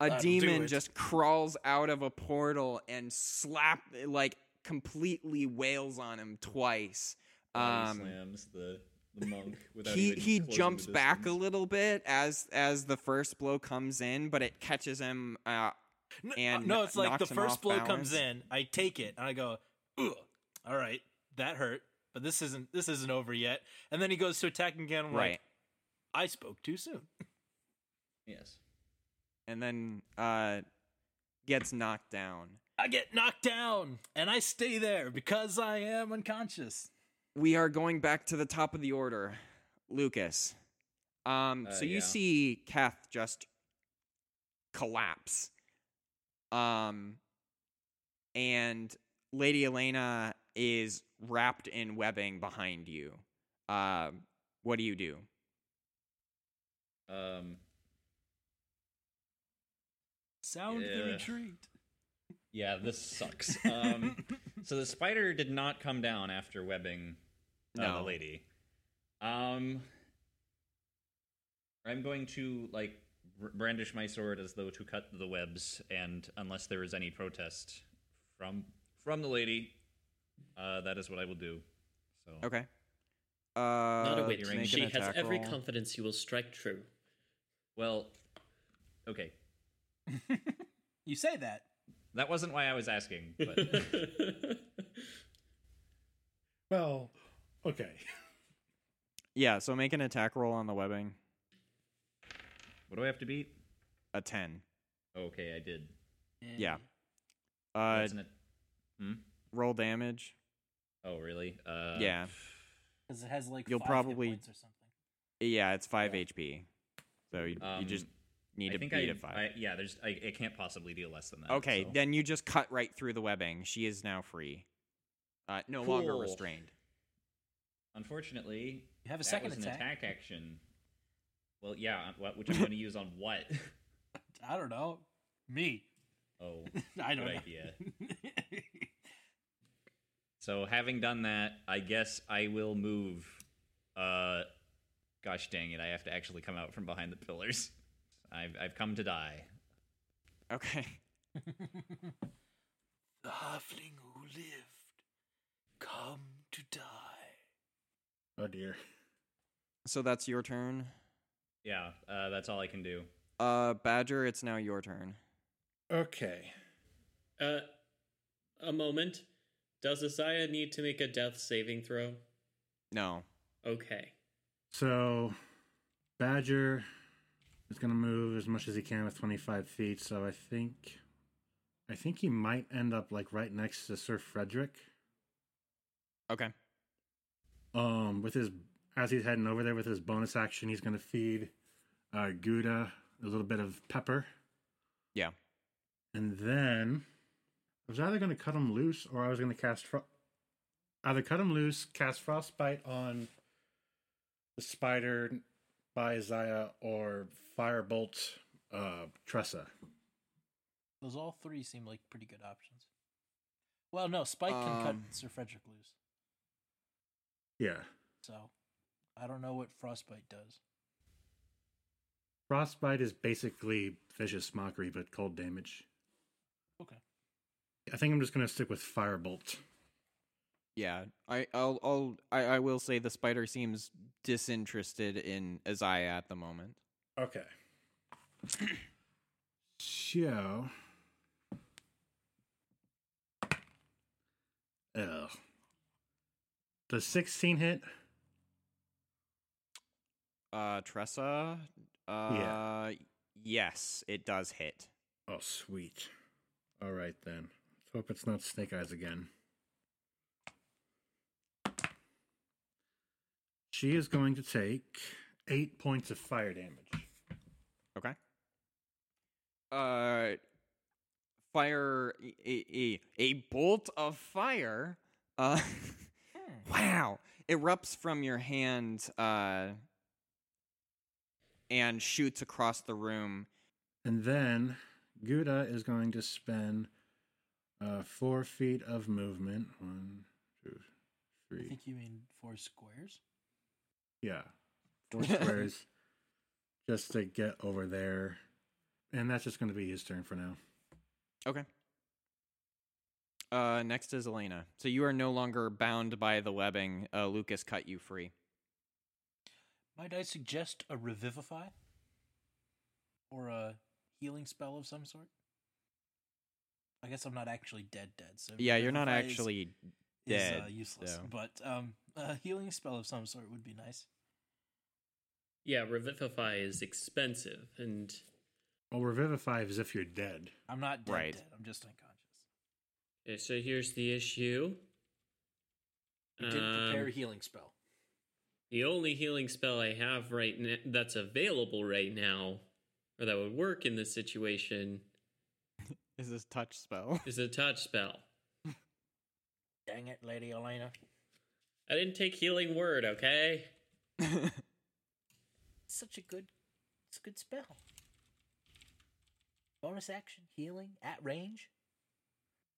Speaker 6: a
Speaker 8: That'll do
Speaker 6: demon
Speaker 8: it.
Speaker 6: just crawls out of a portal and slap like completely wails on him twice.
Speaker 4: Body
Speaker 6: Um,
Speaker 4: slams the, the monk without
Speaker 6: he
Speaker 4: even
Speaker 6: he
Speaker 4: closing the
Speaker 6: jumps back a
Speaker 4: distance.
Speaker 6: little bit as as the first blow comes in, but it catches him. Uh,
Speaker 8: N-
Speaker 6: and
Speaker 8: no,
Speaker 6: kn-
Speaker 8: it's like the
Speaker 6: knocks him
Speaker 8: first
Speaker 6: off
Speaker 8: blow
Speaker 6: balance.
Speaker 8: comes in, I take it, and I go, Ugh, all right, that hurt, but this isn't this isn't over yet. And then he goes to attack again. I'm
Speaker 6: right,
Speaker 8: Like, I spoke too soon.
Speaker 4: Yes.
Speaker 6: and then uh, gets knocked down.
Speaker 8: I get knocked down, and I stay there because I am unconscious.
Speaker 6: we are going back to the top of the order, Lucas. Um,
Speaker 4: Uh,
Speaker 6: so you
Speaker 4: yeah.
Speaker 6: see Kath just collapse. Um, and Lady Elena is wrapped in webbing behind you. Um, what do you do?
Speaker 4: Um.
Speaker 8: Sound the
Speaker 4: Yeah.
Speaker 8: retreat.
Speaker 4: Yeah, this sucks. Um. so the spider did not come down after webbing uh,
Speaker 6: No.
Speaker 4: the lady. Um. I'm going to like br- brandish my sword as though to cut the webs, and unless there is any protest from from the lady, uh, that is what I will do. So
Speaker 6: Okay. Uh,
Speaker 2: Not a witch.
Speaker 6: make an
Speaker 2: She has
Speaker 6: attack
Speaker 2: every
Speaker 6: roll.
Speaker 2: confidence you will strike true.
Speaker 4: well, okay,
Speaker 8: You say that.
Speaker 4: that wasn't why I was asking, but
Speaker 7: Well, Okay.
Speaker 6: Yeah, so make an attack roll on the webbing.
Speaker 4: What do I have to beat?
Speaker 6: A 10.
Speaker 4: Okay, I did.
Speaker 6: Yeah. Uh,
Speaker 4: Wasn't it-
Speaker 6: roll damage.
Speaker 4: Oh, really? Uh,
Speaker 6: yeah.
Speaker 8: Because it has like
Speaker 6: You'll
Speaker 8: five hit
Speaker 6: probably-
Speaker 8: points or something.
Speaker 6: Yeah, it's 5 HP. So you, you just
Speaker 4: um,
Speaker 6: need
Speaker 4: I
Speaker 6: to
Speaker 4: think
Speaker 6: beat
Speaker 4: I,
Speaker 6: it 5.
Speaker 4: I, yeah, there's. I, it can't possibly deal less than that.
Speaker 6: okay,
Speaker 4: so-
Speaker 6: then you just cut right through the webbing. She is now free. Uh, no longer
Speaker 4: Cool.
Speaker 6: restrained.
Speaker 4: Unfortunately,
Speaker 8: You have a
Speaker 4: that
Speaker 8: second
Speaker 4: was
Speaker 8: attack.
Speaker 4: an attack action. Well, yeah, uh, what- which I'm going to use on what?
Speaker 8: I don't know. Me.
Speaker 4: Oh,
Speaker 8: I don't
Speaker 4: good
Speaker 8: know.
Speaker 4: idea. So having done that, I guess I will move. Uh, gosh dang it! I have to actually come out from behind the pillars. I've I've come to die.
Speaker 6: Okay.
Speaker 8: the halfling who lived come to die.
Speaker 7: Oh dear.
Speaker 6: So that's your turn.
Speaker 4: Yeah, uh, that's all I can do.
Speaker 6: Uh, Badger, it's now your turn.
Speaker 7: Okay.
Speaker 2: Uh, a moment. Does Isaiah need to make a death saving throw?
Speaker 6: No.
Speaker 2: Okay.
Speaker 7: So, Badger is going to move as much as he can with 25 feet. So I think, I think he might end up like right next to Sir Frederick.
Speaker 6: Okay.
Speaker 7: Um, with his as he's heading over there with his bonus action, he's going to feed uh, Gouda a little bit of pepper,
Speaker 6: Yeah.
Speaker 7: and then I was either going to cut him loose or I was going to cast fro- either cut him loose, cast frostbite on the spider by Isaiah, or firebolt uh, Tressa.
Speaker 8: Those all three seem like pretty good options. Well, no, Spike can cut
Speaker 6: Um,
Speaker 8: Sir Frederick loose,
Speaker 7: Yeah,
Speaker 8: so I don't know what frostbite does.
Speaker 7: frostbite is basically vicious mockery but cold damage.
Speaker 8: Okay.
Speaker 7: I think I'm just going to stick with firebolt.
Speaker 6: Yeah, I, I'll, I'll, I, I will say the spider seems disinterested in Isaiah at the moment.
Speaker 7: Okay. so. Oh. The 16 hit?
Speaker 6: Uh, Tressa. Uh, Yes, it does hit.
Speaker 7: Oh, sweet. All right then. Let's hope it's not Snake Eyes again. She is going to take eight points of fire damage.
Speaker 6: Okay. Uh, fire. A, a, a bolt of fire. Uh, wow! Erupts from your hand. Uh, and shoots across the room.
Speaker 7: And then Gouda is going to spend uh, four feet of movement. One, two,
Speaker 8: I
Speaker 7: three.
Speaker 8: think you mean four squares.
Speaker 7: Yeah. Four squares just to get over there. And that's just going to be his turn for now.
Speaker 6: Okay. Uh, next is Elena. So you are no longer bound by the webbing. Uh, Lucas cut you free.
Speaker 8: Might I suggest a revivify or a healing spell of some sort? I guess I'm not actually dead, dead. So
Speaker 6: Yeah, you're not
Speaker 8: revivify is-
Speaker 6: actually.
Speaker 8: is, uh,
Speaker 6: dead,
Speaker 8: useless,
Speaker 6: so-
Speaker 8: but um, a healing spell of some sort would be nice.
Speaker 2: Yeah, revivify is expensive, and
Speaker 7: Well, Revivify is if you're dead.
Speaker 8: I'm not dead,
Speaker 6: Right.
Speaker 8: dead. I'm just unconscious.
Speaker 2: okay, so here's the issue.
Speaker 8: I didn't prepare a
Speaker 2: Um,
Speaker 8: healing spell.
Speaker 2: The only healing spell I have right now that's available right now, or that would work in this situation,
Speaker 6: Is this touch spell?
Speaker 2: is a touch spell.
Speaker 8: Dang it, Lady Elena.
Speaker 2: I didn't take healing word, okay?
Speaker 8: Such a good, it's a good spell. Bonus action, healing at range,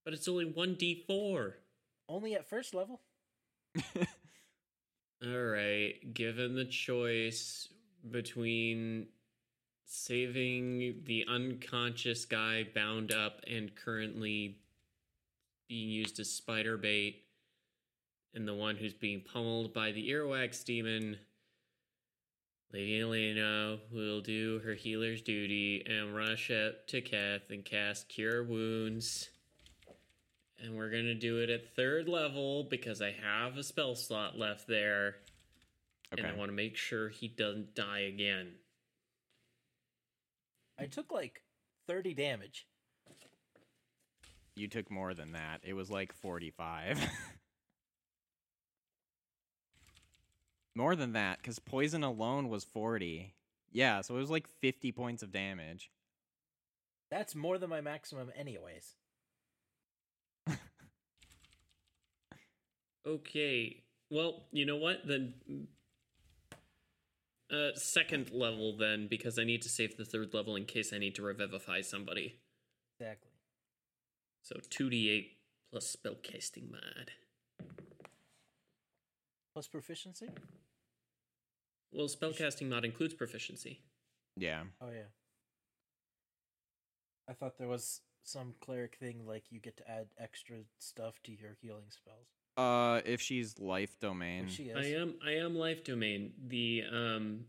Speaker 2: But it's only 1d4.
Speaker 8: only at first level.
Speaker 2: All right, given the choice between saving the unconscious guy bound up and currently being used as spider bait and the one who's being pummeled by the earwax demon, Lady Elena will do her healer's duty and rush up to Kath and cast Cure Wounds and we're gonna do it at third level because I have a spell slot left there, and I
Speaker 6: Okay.
Speaker 2: want to make sure he doesn't die again.
Speaker 8: I took like 30 damage.
Speaker 6: You took more than that. It was like 45. more than that, because poison alone was 40. Yeah, so it was like 50 points of damage.
Speaker 8: That's more than my maximum, anyways.
Speaker 2: Okay. Well, you know what? Then uh second level then because I need to save the third level in case I need to revivify somebody.
Speaker 8: Exactly.
Speaker 2: So 2d8 plus spellcasting mod.
Speaker 8: Plus proficiency?
Speaker 2: Well, spellcasting mod includes proficiency.
Speaker 6: Yeah.
Speaker 8: Oh, yeah. I thought there was some cleric thing like you get to add extra stuff to your healing spells.
Speaker 6: Uh, if she's life
Speaker 8: Which
Speaker 6: domain.
Speaker 8: She is.
Speaker 2: I am I am life domain. The um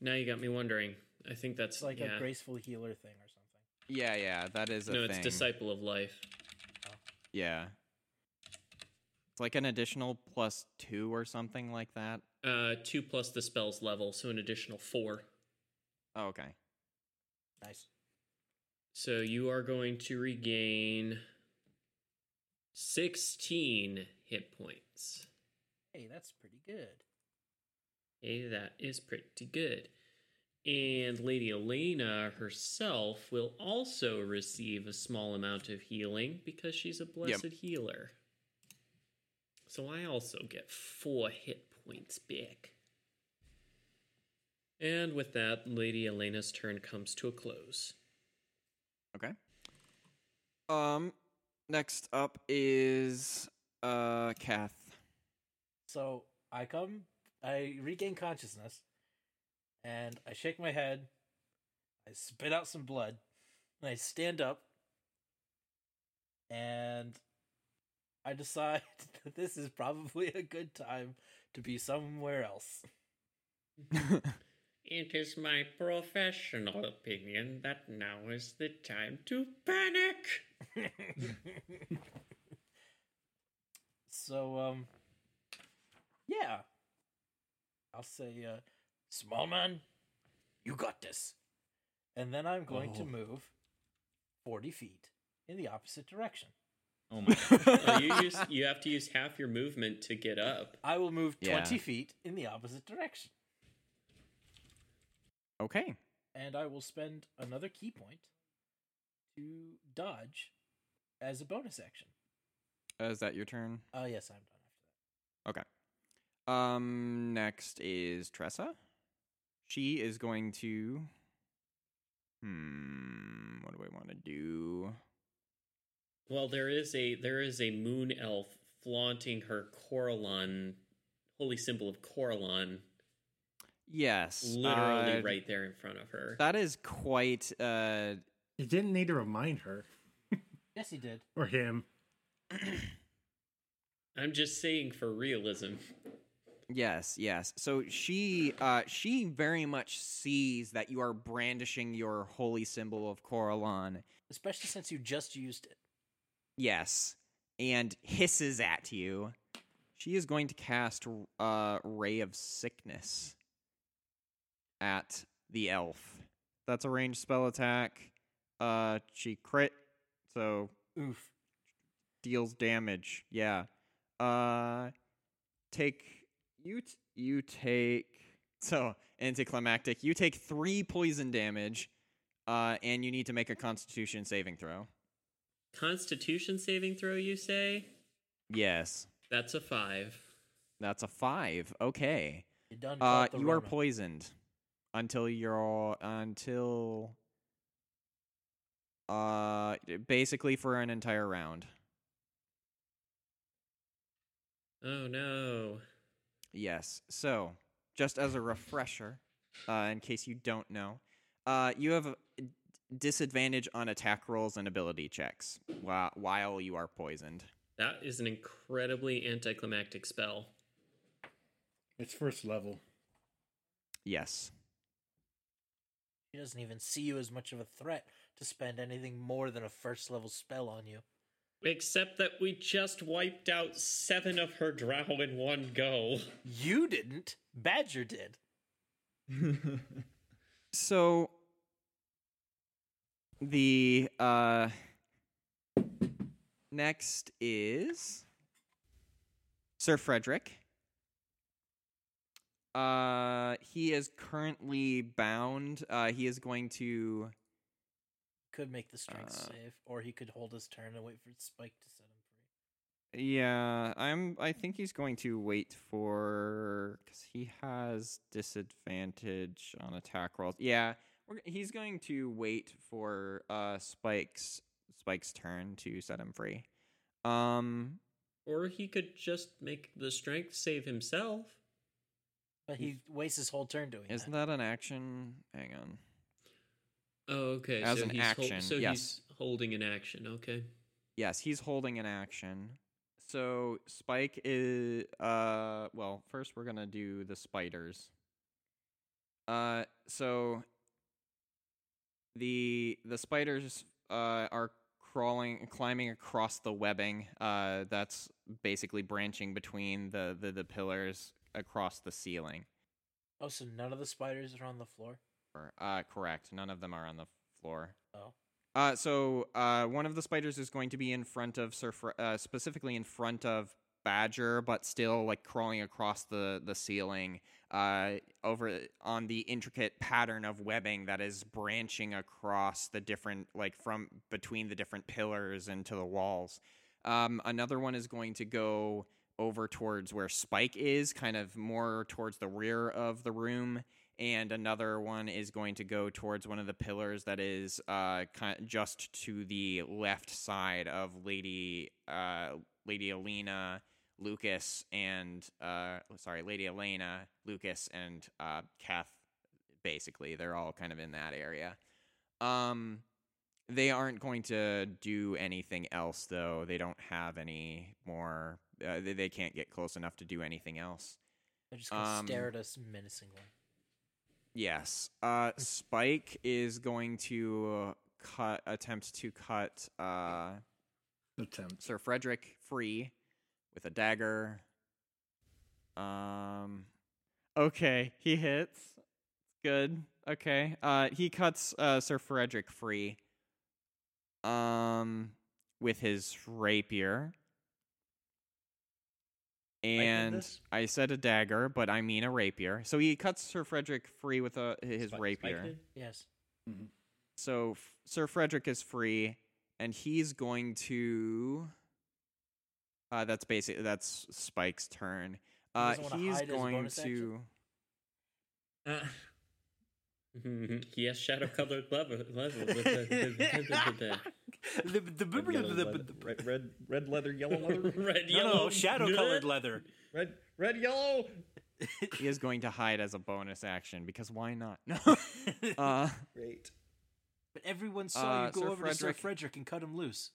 Speaker 2: Now you got me wondering. I think that's
Speaker 8: It's like
Speaker 2: yeah.
Speaker 8: a graceful healer thing or something.
Speaker 6: Yeah, yeah, that is a
Speaker 2: no,
Speaker 6: thing.
Speaker 2: it's disciple of life.
Speaker 6: Yeah. It's like an additional plus two or something like that.
Speaker 2: Uh 2 plus the spell's level, so an additional 4.
Speaker 6: Oh, okay.
Speaker 8: Nice.
Speaker 2: So you are going to regain 16 hit points.
Speaker 8: Hey, that's pretty good.
Speaker 2: Hey, Eh, that is pretty good. And Lady Elena herself will also receive a small amount of healing because she's a blessed healer. So I also get four hit points back. And with that, Lady Elena's turn comes to a close.
Speaker 6: Okay. Um, next up is uh Kath.
Speaker 8: So I come, I regain consciousness, and I shake my head. I spit out some blood, and I stand up, and I decide that this is probably a good time to be somewhere else.
Speaker 2: It is my professional opinion that now is the time to panic.
Speaker 8: so, um, yeah, I'll say, uh, small man, you got this. And then I'm going to move forty feet in the opposite direction.
Speaker 4: Oh my god.
Speaker 2: Oh, you use, you have to use half your movement to get up.
Speaker 8: I will move
Speaker 6: Yeah.
Speaker 8: 20 feet in the opposite direction.
Speaker 6: okay.
Speaker 8: And I will spend another key point to dodge as a bonus action.
Speaker 6: Uh, is that your turn?
Speaker 8: Oh, yes, I'm done after
Speaker 6: Okay. Um, next is Tressa. She is going to. Hmm. What do I want to do?
Speaker 2: Well, there is a there is a moon elf flaunting her Coralon, holy symbol of Coralon,
Speaker 6: Yes.
Speaker 2: literally
Speaker 6: uh,
Speaker 2: right there in front of her.
Speaker 6: That is quite. Uh,
Speaker 7: You didn't need to remind her
Speaker 8: that. Yes, he did.
Speaker 7: or him.
Speaker 2: I'm just saying for realism.
Speaker 6: Yes, yes. So she uh she very much sees that you are brandishing your holy symbol of Coralon.
Speaker 8: Especially since you just used it.
Speaker 6: Yes. And hisses at you. She is going to cast uh ray of sickness at the elf. That's a ranged spell attack. Uh she crit, so
Speaker 8: Oof.
Speaker 6: deals damage. Yeah. Uh take you t- you take so anticlimactic. You take 3 poison damage uh and you need to make a constitution saving throw.
Speaker 2: Constitution saving throw, you say?
Speaker 6: Yes.
Speaker 2: That's a five.
Speaker 6: That's a 5. Okay.
Speaker 8: You done
Speaker 6: Uh
Speaker 8: caught the
Speaker 6: you are
Speaker 8: Rona.
Speaker 6: poisoned until you're until uh basically for an entire round.
Speaker 2: Oh no.
Speaker 6: Yes. So, just as a refresher, uh, in case you don't know, uh, you have a d- disadvantage on attack rolls and ability checks while, while you are poisoned.
Speaker 2: That is an incredibly anticlimactic spell.
Speaker 7: It's first level.
Speaker 6: Yes.
Speaker 8: He doesn't even see you as much of a threat to spend anything more than a first level spell on you.
Speaker 2: Except that we just wiped out seven of her drow in one go.
Speaker 8: You didn't. Badger did.
Speaker 6: So the uh next is Sir Frederick. Uh he is currently bound. Uh he is going to
Speaker 8: Could make the strength
Speaker 6: Uh,
Speaker 8: save, or he could hold his turn and wait for Spike to set him free.
Speaker 6: yeah, I'm I think he's going to wait for cuz he has disadvantage on attack rolls. Yeah, we're, he's going to wait for uh Spike's Spike's turn to set him free. Um
Speaker 2: Or he could just make the strength save himself.
Speaker 8: But he wastes his whole turn doing
Speaker 6: Isn't
Speaker 8: that.
Speaker 6: that an action? Hang on.
Speaker 2: Oh, okay.
Speaker 6: As
Speaker 2: so
Speaker 6: an
Speaker 2: he's hol-
Speaker 6: action,
Speaker 2: so
Speaker 6: yes.
Speaker 2: he's holding an action. Okay.
Speaker 6: Yes, he's holding an action. So Spike is uh well, first we're gonna do the spiders. Uh so the the spiders uh are crawling climbing across the webbing uh that's basically branching between the the, the pillars across the ceiling.
Speaker 8: Oh, so none of the spiders are on the floor?
Speaker 6: Or, Uh correct. None of them are on the floor.
Speaker 8: Oh.
Speaker 6: Uh, so uh, one of the spiders is going to be in front of Sir, Fre- uh, specifically in front of Badger, but still like crawling across the the ceiling, uh, over on the intricate pattern of webbing that is branching across the different like from between the different pillars into the walls. Um, another one is going to go over towards where Spike is, kind of more towards the rear of the room, and another one is going to go towards one of the pillars that is uh, ki just to the left side of Lady uh, Lady Elena Lucas and uh, sorry Lady Elena Lucas and uh, Kath. Basically, they're all kind of in that area. Um, they aren't going to do anything else though. They don't have any more. Uh, they, they can't get close enough to do anything else.
Speaker 8: They're just going to stare
Speaker 6: Um,
Speaker 8: at us menacingly.
Speaker 6: Yes. Uh, Spike is going to uh, cut attempt to cut uh,
Speaker 7: Attempt.
Speaker 6: um, Sir Frederick free with a dagger. Um. Okay, he hits. Good. Okay. Uh, he cuts uh, Sir Frederick free. Um, with his rapier.
Speaker 4: did
Speaker 6: And
Speaker 4: this?
Speaker 6: I said a dagger, but I mean a rapier. So he cuts Sir Frederick free with a, his
Speaker 4: Spike- Spike
Speaker 6: rapier.
Speaker 4: did?
Speaker 8: Yes.
Speaker 6: So F- Sir Frederick is free, and he's going to. Uh, that's basic. That's Spike's turn. Uh,
Speaker 8: doesn't wanna
Speaker 6: he's
Speaker 8: hide as a
Speaker 6: going
Speaker 8: bonus
Speaker 6: to.
Speaker 8: action?
Speaker 2: Uh, yes, shadow colored level. level with the- the-
Speaker 3: The, the,
Speaker 4: Red, yellow, leather- red, red, red leather, yellow leather,
Speaker 2: Red,
Speaker 3: no,
Speaker 2: yellow,
Speaker 3: no, shadow colored
Speaker 2: bleh.
Speaker 3: leather.
Speaker 4: red, red, yellow.
Speaker 6: He is going to hide as a bonus action because why not? No. uh,
Speaker 4: Great.
Speaker 8: But everyone saw
Speaker 6: Uh,
Speaker 8: you go
Speaker 6: Sir
Speaker 8: over to Sir
Speaker 6: Frederick-
Speaker 8: Frederick and cut him loose.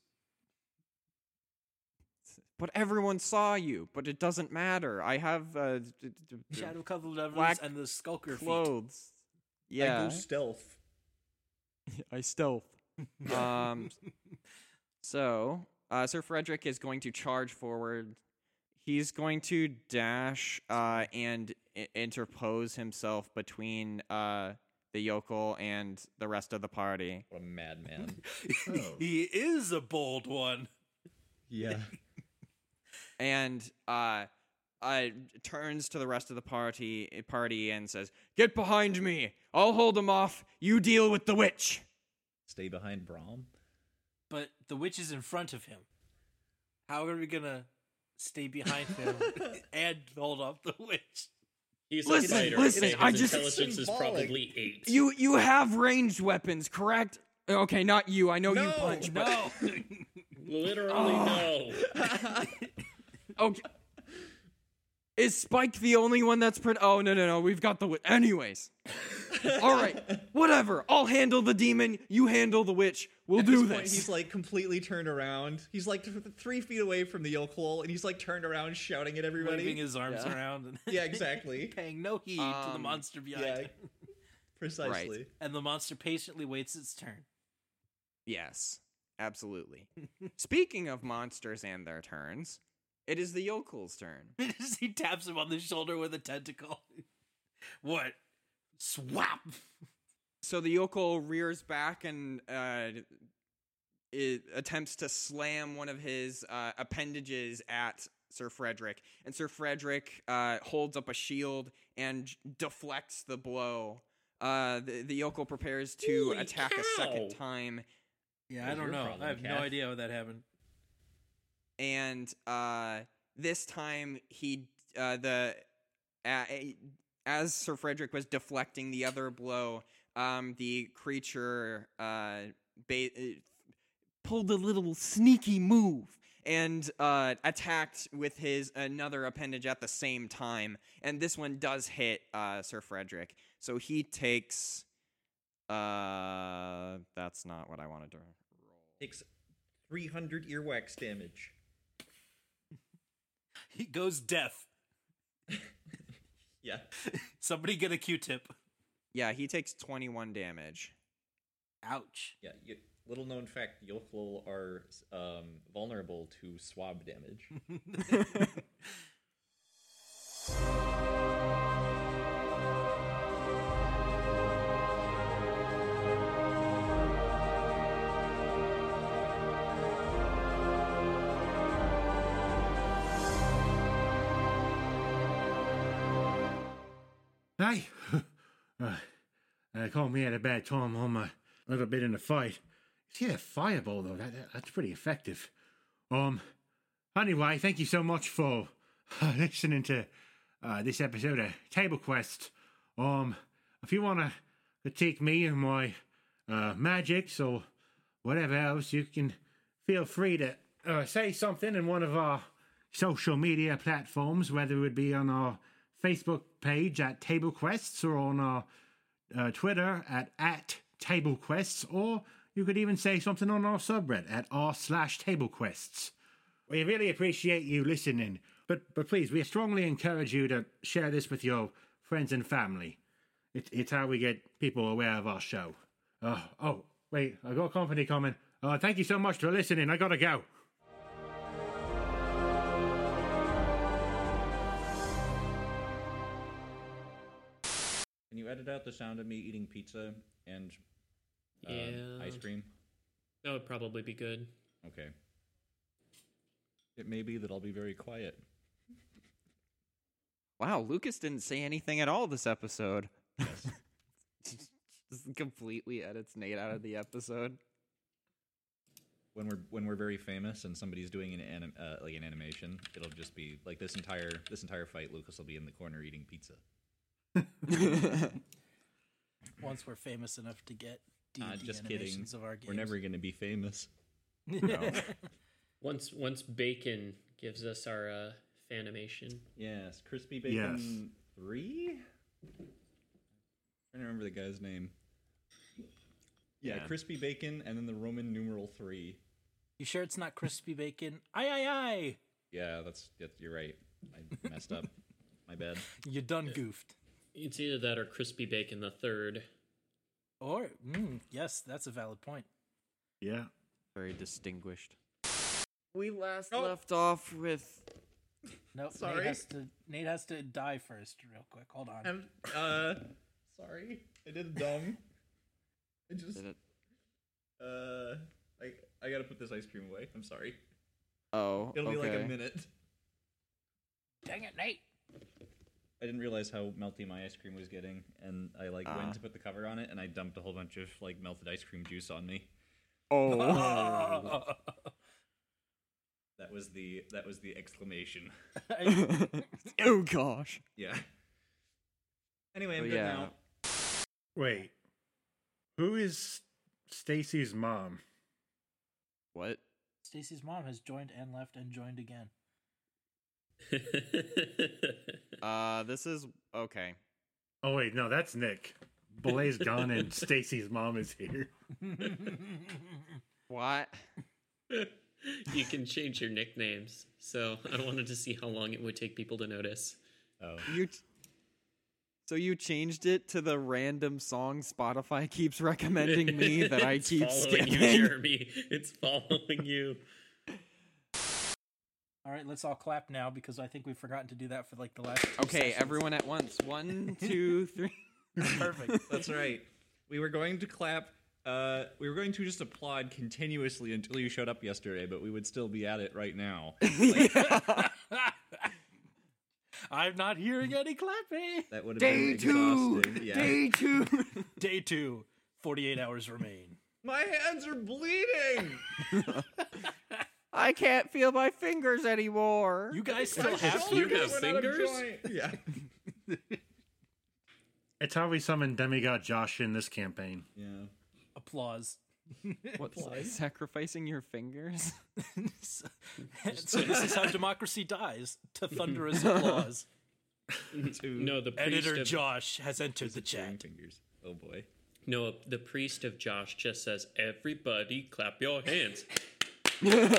Speaker 6: but everyone saw you. But it doesn't matter. I have uh, d- d- d- d-
Speaker 8: Shadow covered levers
Speaker 6: Black
Speaker 8: and the skulker feet.
Speaker 6: clothes. Yeah,
Speaker 4: I go stealth.
Speaker 6: I stealth. Um, so uh, Sir Frederick is going to charge forward. He's going to dash uh, and I- interpose himself between uh, the yokel and the rest of the party.
Speaker 4: What a madman.
Speaker 8: He is a bold one.
Speaker 4: yeah.
Speaker 6: And uh, uh, turns to the rest of the party party and says, "Get behind me! I'll hold him off. You deal with the witch."
Speaker 4: Stay behind Brom.
Speaker 8: But the witch is in front of him. How are we gonna stay behind him and hold off the witch?
Speaker 2: He's
Speaker 6: Listen,
Speaker 2: a spider.
Speaker 6: listen,
Speaker 2: okay? His
Speaker 6: I just-
Speaker 2: intelligence is
Speaker 4: Symbolic.
Speaker 2: probably eight.
Speaker 6: You you have ranged weapons, correct? Okay, not you. I know you
Speaker 4: No,
Speaker 6: punch. but-
Speaker 8: No,
Speaker 2: Literally no.
Speaker 6: Okay. Is Spike the only one that's pretty? Oh no no no! We've got the witch. Anyways, all right, whatever. I'll handle the demon. You handle the witch. We'll
Speaker 4: At
Speaker 6: do
Speaker 4: this point,
Speaker 6: this.
Speaker 4: he's like completely turned around. He's like th- three feet away from the yokel, and he's like turned around, shouting at everybody.
Speaker 8: waving his arms around and
Speaker 4: yeah, exactly.
Speaker 8: paying no heed to the
Speaker 6: Um,
Speaker 8: monster behind.
Speaker 4: yeah.
Speaker 8: him.
Speaker 4: Precisely.
Speaker 8: and the monster patiently waits its turn.
Speaker 6: Yes, absolutely. Speaking of monsters and their turns, it is the yokel's turn.
Speaker 8: he taps him on the shoulder with a tentacle. what? Swap.
Speaker 6: So the yokel rears back and uh, it attempts to slam one of his uh, appendages at Sir Frederick, and Sir Frederick uh, holds up a shield and j- deflects the blow. Uh, the, the yokel prepares to
Speaker 4: Holy
Speaker 6: attack a second
Speaker 4: cow!
Speaker 6: time,
Speaker 8: Yeah,
Speaker 4: That
Speaker 8: I
Speaker 4: was
Speaker 8: don't
Speaker 4: your
Speaker 8: know.
Speaker 4: problem,
Speaker 8: I have no
Speaker 4: Kath.
Speaker 8: idea how that happened.
Speaker 6: and uh, this time he uh, the uh, as Sir Frederick was deflecting the other blow, um, the creature uh, ba- uh, pulled a little sneaky move and uh, attacked with his another appendage at the same time, and this one does hit uh, Sir Frederick, so he takes. Uh, that's not what I wanted to.
Speaker 4: Takes 300 earwax damage.
Speaker 8: He goes deaf.
Speaker 4: Yeah.
Speaker 8: Somebody get a Q-tip.
Speaker 6: Yeah, he takes twenty-one damage.
Speaker 8: Ouch.
Speaker 4: Yeah. You, little known fact yokel are um, vulnerable to swab damage.
Speaker 7: I, uh, uh, caught me at a bad time. I'm uh, a little bit in a fight. See that fireball though? That, that that's pretty effective. Um. Anyway, thank you so much for uh, listening to uh, this episode of Table Quest. Um, if you wanna critique me and my uh, magics or whatever else, you can feel free to uh, say something in one of our social media platforms, whether it would be on our Facebook page at Table Quests or on our uh, Twitter at, at Table Quests, or you could even say something on our subreddit at r slash Table Quests. We really appreciate you listening, but but please, we strongly encourage you to share this with your friends and family. It, it's how we get people aware of our show. Uh, oh, wait, I got company coming. Uh, thank you so much for listening. I gotta go.
Speaker 4: Can you edit out the sound of me eating pizza and uh,
Speaker 2: Yeah.
Speaker 4: ice cream?
Speaker 2: That would probably be good.
Speaker 4: Okay. It may be that I'll be very quiet.
Speaker 6: Wow, Lucas didn't say anything at all this episode. Just completely edits Nate out of the episode.
Speaker 4: When we're when we're very famous and somebody's doing an anim, uh, like an animation, it'll just be like this entire this entire fight. Lucas will be in the corner eating pizza.
Speaker 8: Once we're famous enough to get D&D
Speaker 4: Uh, just kidding.
Speaker 8: animations of our games.
Speaker 4: We're never going to be famous.
Speaker 2: Once once bacon gives us our uh, fanimation.
Speaker 4: Yes, crispy bacon three. I don't remember the guy's name. Yeah, crispy bacon, and then the Roman numeral three.
Speaker 8: You sure it's not crispy bacon? Aye, aye, aye.
Speaker 4: Yeah, that's, that's you're right. I messed up. My bad.
Speaker 8: You done goofed.
Speaker 2: It's either that or crispy bacon the third.
Speaker 8: Or, mm, yes, that's a valid point.
Speaker 7: Yeah.
Speaker 6: Very distinguished. We last left off with
Speaker 8: No, Nate
Speaker 4: Sorry.
Speaker 8: has to Nate has to die first, real quick. Hold on.
Speaker 4: I'm uh sorry. I did a dumb. I just
Speaker 6: Did it-
Speaker 4: uh I I gotta put this ice cream away. I'm sorry.
Speaker 6: oh,
Speaker 4: It'll be like
Speaker 6: okay.
Speaker 4: a minute.
Speaker 8: Dang it, Nate!
Speaker 4: I didn't realize how melty my ice cream was getting, and I like
Speaker 6: Ah.
Speaker 4: went to put the cover on it, and I dumped a whole bunch of like melted ice cream juice on me.
Speaker 6: Oh,
Speaker 4: That was the that was the exclamation.
Speaker 6: oh gosh.
Speaker 4: Yeah. Anyway, I'm
Speaker 6: Oh,
Speaker 4: good
Speaker 6: yeah.
Speaker 4: now.
Speaker 7: Wait, who is Stacy's mom?
Speaker 6: What?
Speaker 8: Stacy's mom has joined and left and joined again.
Speaker 6: Uh, this is okay.
Speaker 7: Oh wait, no, that's Nick. Belay's gone and Stacy's mom is here.
Speaker 6: What?
Speaker 2: you can change your nicknames. So I wanted to see how long it would take people to notice.
Speaker 4: Oh,
Speaker 6: You t- So you changed it to the random song Spotify keeps recommending me that I
Speaker 2: It's
Speaker 6: keep
Speaker 2: following
Speaker 6: skipping.
Speaker 2: you, Jeremy. It's following you.
Speaker 8: All right, let's all clap now because I think we've forgotten to do that for like the last.
Speaker 4: Oh,
Speaker 8: two
Speaker 6: Okay,
Speaker 8: sessions.
Speaker 6: everyone at once. One, two, three.
Speaker 8: Perfect.
Speaker 4: That's right. We were going to clap. Uh, we were going to just applaud continuously until you showed up yesterday, but we would still be at it right now.
Speaker 8: I'm not hearing any clapping.
Speaker 4: That would have been exhausting. Yeah.
Speaker 6: two.
Speaker 8: Day two, 48 hours remain.
Speaker 4: My hands are bleeding.
Speaker 6: I can't feel my fingers anymore.
Speaker 8: You guys still have
Speaker 2: You
Speaker 8: to.
Speaker 2: have fingers?
Speaker 4: yeah.
Speaker 7: It's how we summon demigod Josh in this campaign.
Speaker 4: Yeah.
Speaker 8: Applause.
Speaker 6: What's sacrificing your fingers?
Speaker 8: so this is how democracy dies to thunderous applause.
Speaker 2: No, the priest
Speaker 8: Editor
Speaker 2: of,
Speaker 8: Josh has entered the
Speaker 4: Ring
Speaker 8: chat.
Speaker 4: fingers. Oh boy.
Speaker 2: no, the priest of Josh just says, "Everybody, clap your hands."
Speaker 7: There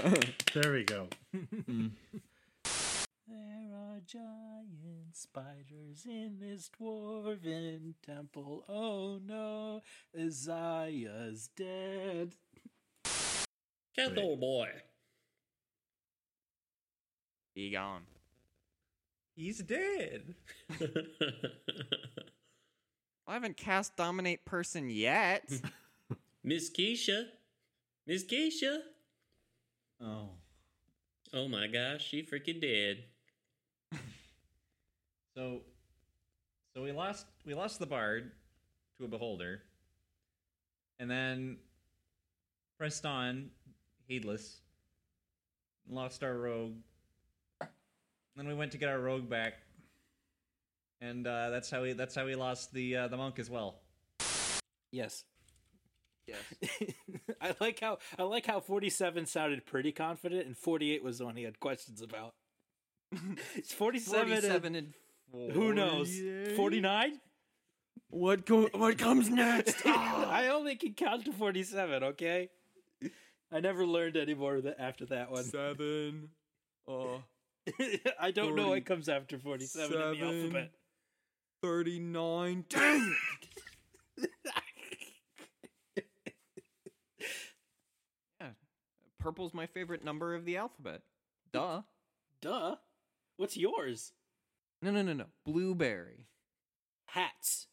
Speaker 7: we go.
Speaker 8: There are giant spiders in this dwarven temple. Oh no, Isaiah's dead.
Speaker 2: Cat old boy.
Speaker 6: Be gone.
Speaker 4: He's dead.
Speaker 6: I haven't cast dominate person yet.
Speaker 2: Miss Keisha. Miss Keisha.
Speaker 4: Oh.
Speaker 2: Oh my gosh, she freaking dead.
Speaker 4: So, so we lost we lost the bard to a beholder, and then pressed on, heedless, lost our rogue. Then we went to get our rogue back, and uh, that's how we that's how we lost the uh, the monk as well.
Speaker 8: Yes.
Speaker 6: yes.
Speaker 8: I like how I like how 47 sounded pretty confident and 48 was the one he had questions about. It's 47, and-
Speaker 6: Forty-seven and four.
Speaker 8: who knows? 49?
Speaker 6: What co- what comes next? Ah.
Speaker 8: I only can count to 47, okay? I never learned any more tha- after that one.
Speaker 6: Seven. Uh,
Speaker 8: I don't know
Speaker 6: Forty-
Speaker 8: what comes after 47 in the
Speaker 6: seven.
Speaker 8: alphabet.
Speaker 6: thirty-nine. Dang. yeah, purple's my favorite number of the alphabet. Duh.
Speaker 8: Duh. What's yours?
Speaker 6: No, no, no, no. Blueberry.
Speaker 8: Hats.